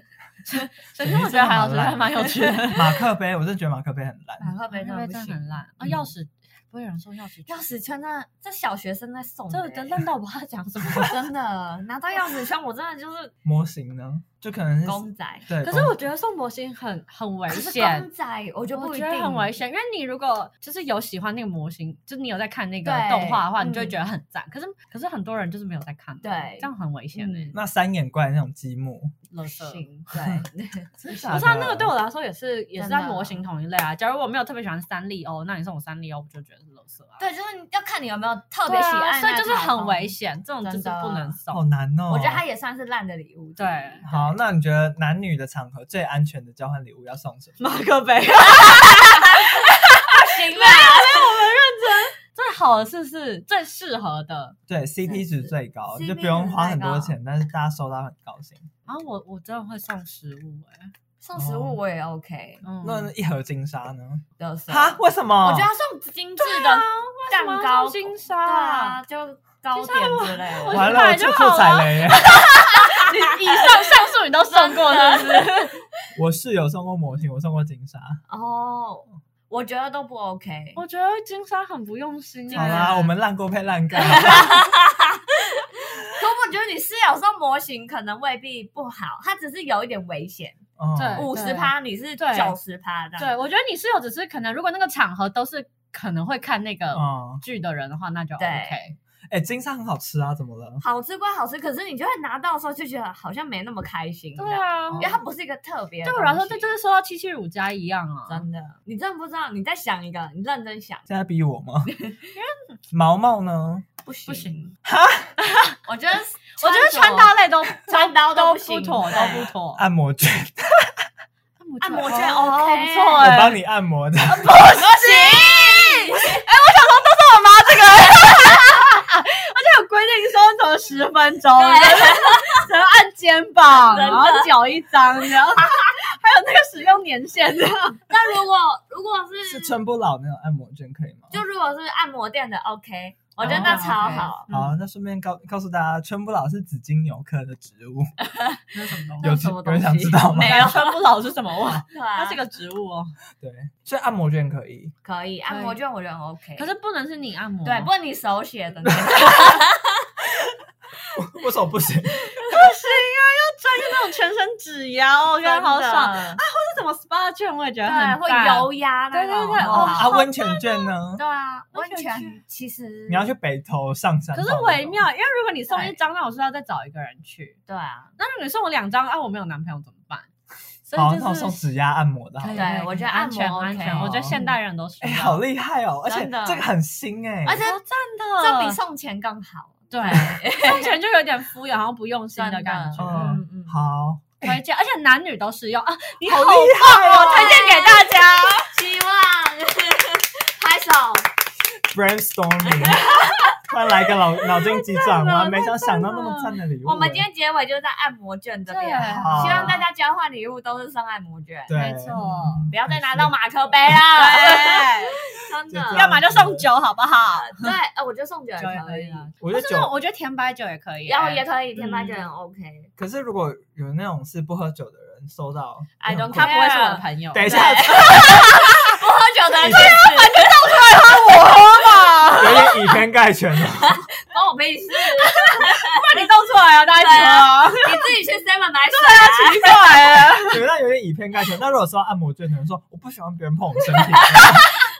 C: 所以我觉得还好，
B: 真
C: 真
B: 的
C: 的
B: 蛮烂 [laughs]
C: 还蛮有趣的。嗯
B: 马克杯，我真的觉得马克杯很烂。
A: 马克杯真的
C: 那边
A: 啊不
C: 真的
A: 行哎
C: 很烂啊！
B: 嗯
C: 钥匙不会有人送钥匙圈
A: 钥。匙圈真的，这小学生在送的欸、
C: 这真
A: [laughs]
C: 烂到我不知道讲什么。
B: [laughs]
A: 真的拿到钥匙圈，我真的就是
B: 模型呢，就可能是
A: 公仔。
B: 对，
C: 可是
B: 公
C: 我觉得送模型很很危
A: 可是
C: 险
A: 公，仔，我觉得不
C: 我
A: 一
C: 哦觉
A: 定
C: 得很危险，因为你如果就是有喜欢那个模型，就是你有在看那个
A: 对
C: 动画的话，你就会
A: 嗯
C: 觉得很赞。可是可是很多人就是没有在看，啊
A: 对
C: 这样很危险
A: 嗯
C: 呢。
B: 那三眼怪那种积木，
C: 垃圾。
A: 行，对，
B: 不是
C: 不是啊，那个对我来说也是也是
A: 真
C: 在
A: 的
C: 模型同一类啊。假如我没有特别喜欢三丽鸥，那你送我三丽鸥，我就觉得是垃圾啊。
A: 对，就是你要看你有没有特
C: 特
A: 别喜爱、
C: 啊所以就是很危。险，这种就是
A: 真的
C: 不能送。
B: 好难哦。
A: 我觉得它也算是烂的礼物。啊
C: 对
B: 好，那你觉得男女的场合最安全的交换礼物要送什么？
C: [laughs] 马克
A: [laughs]
C: 杯，
A: 行
C: [laughs]
A: 啦，
C: 最好的是是最适合的。
B: 对，CP 值最高，
A: CP
B: 就不用花很多钱，但是大家收到很高兴。
C: 然后啊我我真的会送食物哎、
A: 送食物我也 OK。
C: 嗯，
B: 那一盒金沙呢？啊
A: 的时候
B: 哈，为什么？
A: 我觉得要送精致
C: 哦对啊
A: 的蛋糕，
C: 金
A: 对
C: 沙
A: 啊，，就糕点之类的。
B: 完了，
C: 我
B: 我
C: 去买就
B: 做
C: 好
B: 做踩
C: [laughs]
B: 雷耶。
C: 你以上上述你都送过是不是？
B: 我室友送过模型，我送过金沙。
A: 哦，我觉得都不 OK。
C: [laughs] 我觉得金沙很不用心、欸。
B: 好啦，我们烂锅配
C: [laughs]
B: 烂干。
A: 可我觉得你室友送模型可能未必不好，它只是有一点危险，
B: 嗯
C: 对
A: 五十趴你是
C: 对
A: 九十趴这样。
C: 对，我觉得你室友只是可能，如果那个场合都是可能会看那个
B: 嗯，
C: 剧的人的话，那就
A: 对
C: OK。
B: 哎，金沙很好吃啊，怎么了？
A: 好吃归好吃，可是你就会拿到的时候就觉得好像没那么开心。
C: 对，啊，
A: 因为它不是一个特别的东
C: 对
A: 西。
C: 我来说，这就是说到七七乳加一样啊。
A: 真的，你真的不知道，你再想一个，你认真想，
B: 现在逼我
C: [laughs]
B: 吗？毛毛呢？
A: 不行
C: 不行，，
A: 我觉得
C: 我觉得 [laughs] 穿搭类都
A: 穿搭
C: 都
A: 都
C: 不
A: 不
C: 妥，
A: 行
C: 都不妥。
B: 按摩卷，
A: 按摩
C: 啊觉
A: 券
C: 得
A: OK
C: 不错
B: 我
C: 哎。
B: 帮你按摩的。
A: 不行，
C: [laughs] 我妈这个，而且有规定说什么十分钟，只能按肩膀，
A: 真的
C: 然后脚一张，
A: [laughs]
C: 然后还有那个使用年限的。
A: [laughs] 那如果如果
B: 是
A: 是
B: 春不老那种按摩卷可以吗？
A: 就如果是按摩店的 OK，我觉得
C: 哦
A: 那超好。
C: 嗯
B: 好，那顺便告告诉大家，春不老是紫金牛科的植物，
C: 那什么东
A: 那
B: 有
A: 什么
B: 有
A: 东
B: 人想
A: 西
B: 知道吗？
C: [laughs] 没有，川不老是什么？ [laughs] 哇，
A: 对啊，
C: 它是个植物哦。
B: 对，所以按摩卷可
C: [laughs]
B: 以。
A: 可以按摩券，我觉得很 OK。
C: 可是嗯不能是你按摩，
A: 对，不
C: 不
A: 过你手写
C: [laughs]
A: 的那个
B: 为什么不行？
C: 行啊，要穿那种全身指压哦，我觉得好爽。
A: 真的
C: 这怎么 SPA 券我也觉得
A: 对，
C: 很
A: 会
C: 赞
A: 油压那
C: 对对
A: 种，
C: 对
A: 好不
C: 哦
B: 啊，
A: 好
B: 温泉卷呢？
A: 对啊，温
C: 温泉
A: 泉其实
B: 你要去北投上山，
C: 可是微妙，因为如果你送一张，那我是要再找一个人去。
A: 对啊，
C: 那如果你送我两张，啊，我没有男朋友怎么办？所
B: 好，
C: 以
B: 那
C: 就
B: 我
C: 是
B: 送指压按摩的好
C: 可以
B: 了。
A: 对
C: 可以可以
A: 我觉得
C: 安全
A: 按摩
C: 安
A: OK 哦
C: 全，我觉得现代人都需
B: 哎，
C: 要。
B: 好厉害哦！而且
A: 真的
B: 这个很新哎，
A: 而且
C: 哦真的，
A: 这比送钱更好。
C: [laughs] 对送钱就有点敷衍，好像不用心的哎感
A: 真
C: 觉。
A: 的
B: 嗯
A: 嗯嗯
B: 好，
C: 推荐，而且男女都适用啊！你
B: 好
C: 好
B: 厉害
C: 棒
B: 哦
C: 哦，[laughs] 推荐给大家。哦
A: 希望拍手，
B: ！Brainstorming，突 [laughs] 然来个脑脑筋急转
C: 太赞
B: 弯，
C: 了
B: 没想想到
C: 太
B: 那
C: 赞了
B: 么赞的礼物哎。
A: 我们今天结尾就是在按摩券这边，
C: 对
B: 好
A: 希望大家交换礼物都是送按摩券，
B: 对，
C: 没错
A: 不要再拿到马克杯了，
C: 对，
A: 真
B: 就这
A: 的
B: 样。
C: [laughs] 要么就送酒，好不好？
A: 对，呃，我觉得送酒也可以，
C: 啊。
B: 我
C: 不
B: 就是酒
C: 那种，我觉得甜白酒也可以欸，
A: 然后也可以天班
C: 嗯
A: 酒很 OK。
B: 可是如果有那种是不喝酒的人收到
A: I don't
C: 他不会是我的
A: care
C: 朋友。
B: 等一下，
A: 不喝酒的人就是
C: [laughs]
B: 有点以偏概全哦 [laughs] 了。
A: 关我屁事，
C: 那你弄出来啊，大家一起喝啊，
A: 你自己去 Seven 买水啊。
C: 奇怪了。 [laughs]
B: 你们那有点以偏概全。那如果说按摩卷的人说我不喜欢别人碰我身
A: [laughs]
B: 体，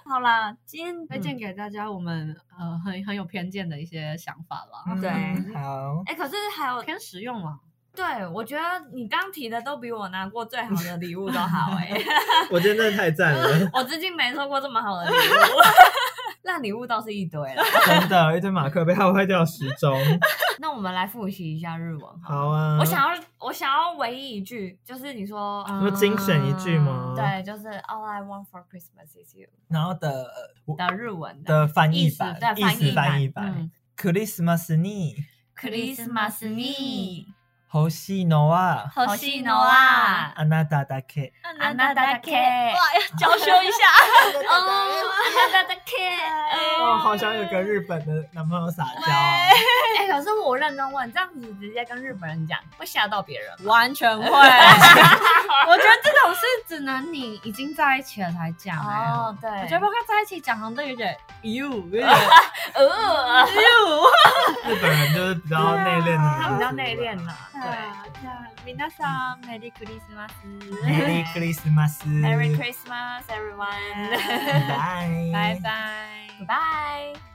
A: 好啦，今天
C: 推荐给大家我们呃很很有偏见的一些想法啦，
B: 嗯
A: 对
B: 好，
A: 哎，可是还有，
C: 偏实用啦。
A: 对我觉得你刚提的都比我拿过最好的礼物都好哎，
B: 我今天真的太赞了，
A: [laughs] 我至今没收过这么好的礼物， [laughs] 烂礼物倒是一堆了。
B: 真的，一堆马克杯还有坏掉的时钟。
A: 那我们来复习一下日文好了。
B: 好啊，
A: 我想要，我想要唯一一句，就是你说，
B: 说精选一句吗？
A: 嗯，对，就是 All I want for Christmas is you
B: 然后的我
A: 的日文的
B: 的翻译版
A: 意思，对
B: 意思翻
A: 翻
B: 译
A: 译嗯
B: 版。Christmas ni
A: Christmas ni
B: 欲しいのは
C: 好
A: 欲しいのは
B: あなただけ。
A: あなただけ
C: 哇，要娇羞
A: [laughs]
C: 一下。
A: [laughs] 哦，あなただけ。
B: [laughs] 哦，
A: 哦
B: 好想有个日本的男朋友撒娇。
A: 哎，可是我认真问，这样子 [laughs] 直接跟日本人讲，会吓到别人吗。
C: 完全会，我觉得这种是只能你已经在一起了才讲哎、
A: 哦，对，
C: 我觉得跟他在一起讲好像都有点 you，
A: [laughs]
C: 有点
A: 呃，
C: you，
B: 日本人就是比较内敛的
A: [laughs]
B: 民
A: 他
B: 族，
A: 比较内敛啦，对。
C: 对，对，皆さんメリークリスマス，
B: Merry Christmas，
A: [laughs] Merry Christmas, everyone.
B: [laughs] Bye
C: 拜拜。
A: Goodbye.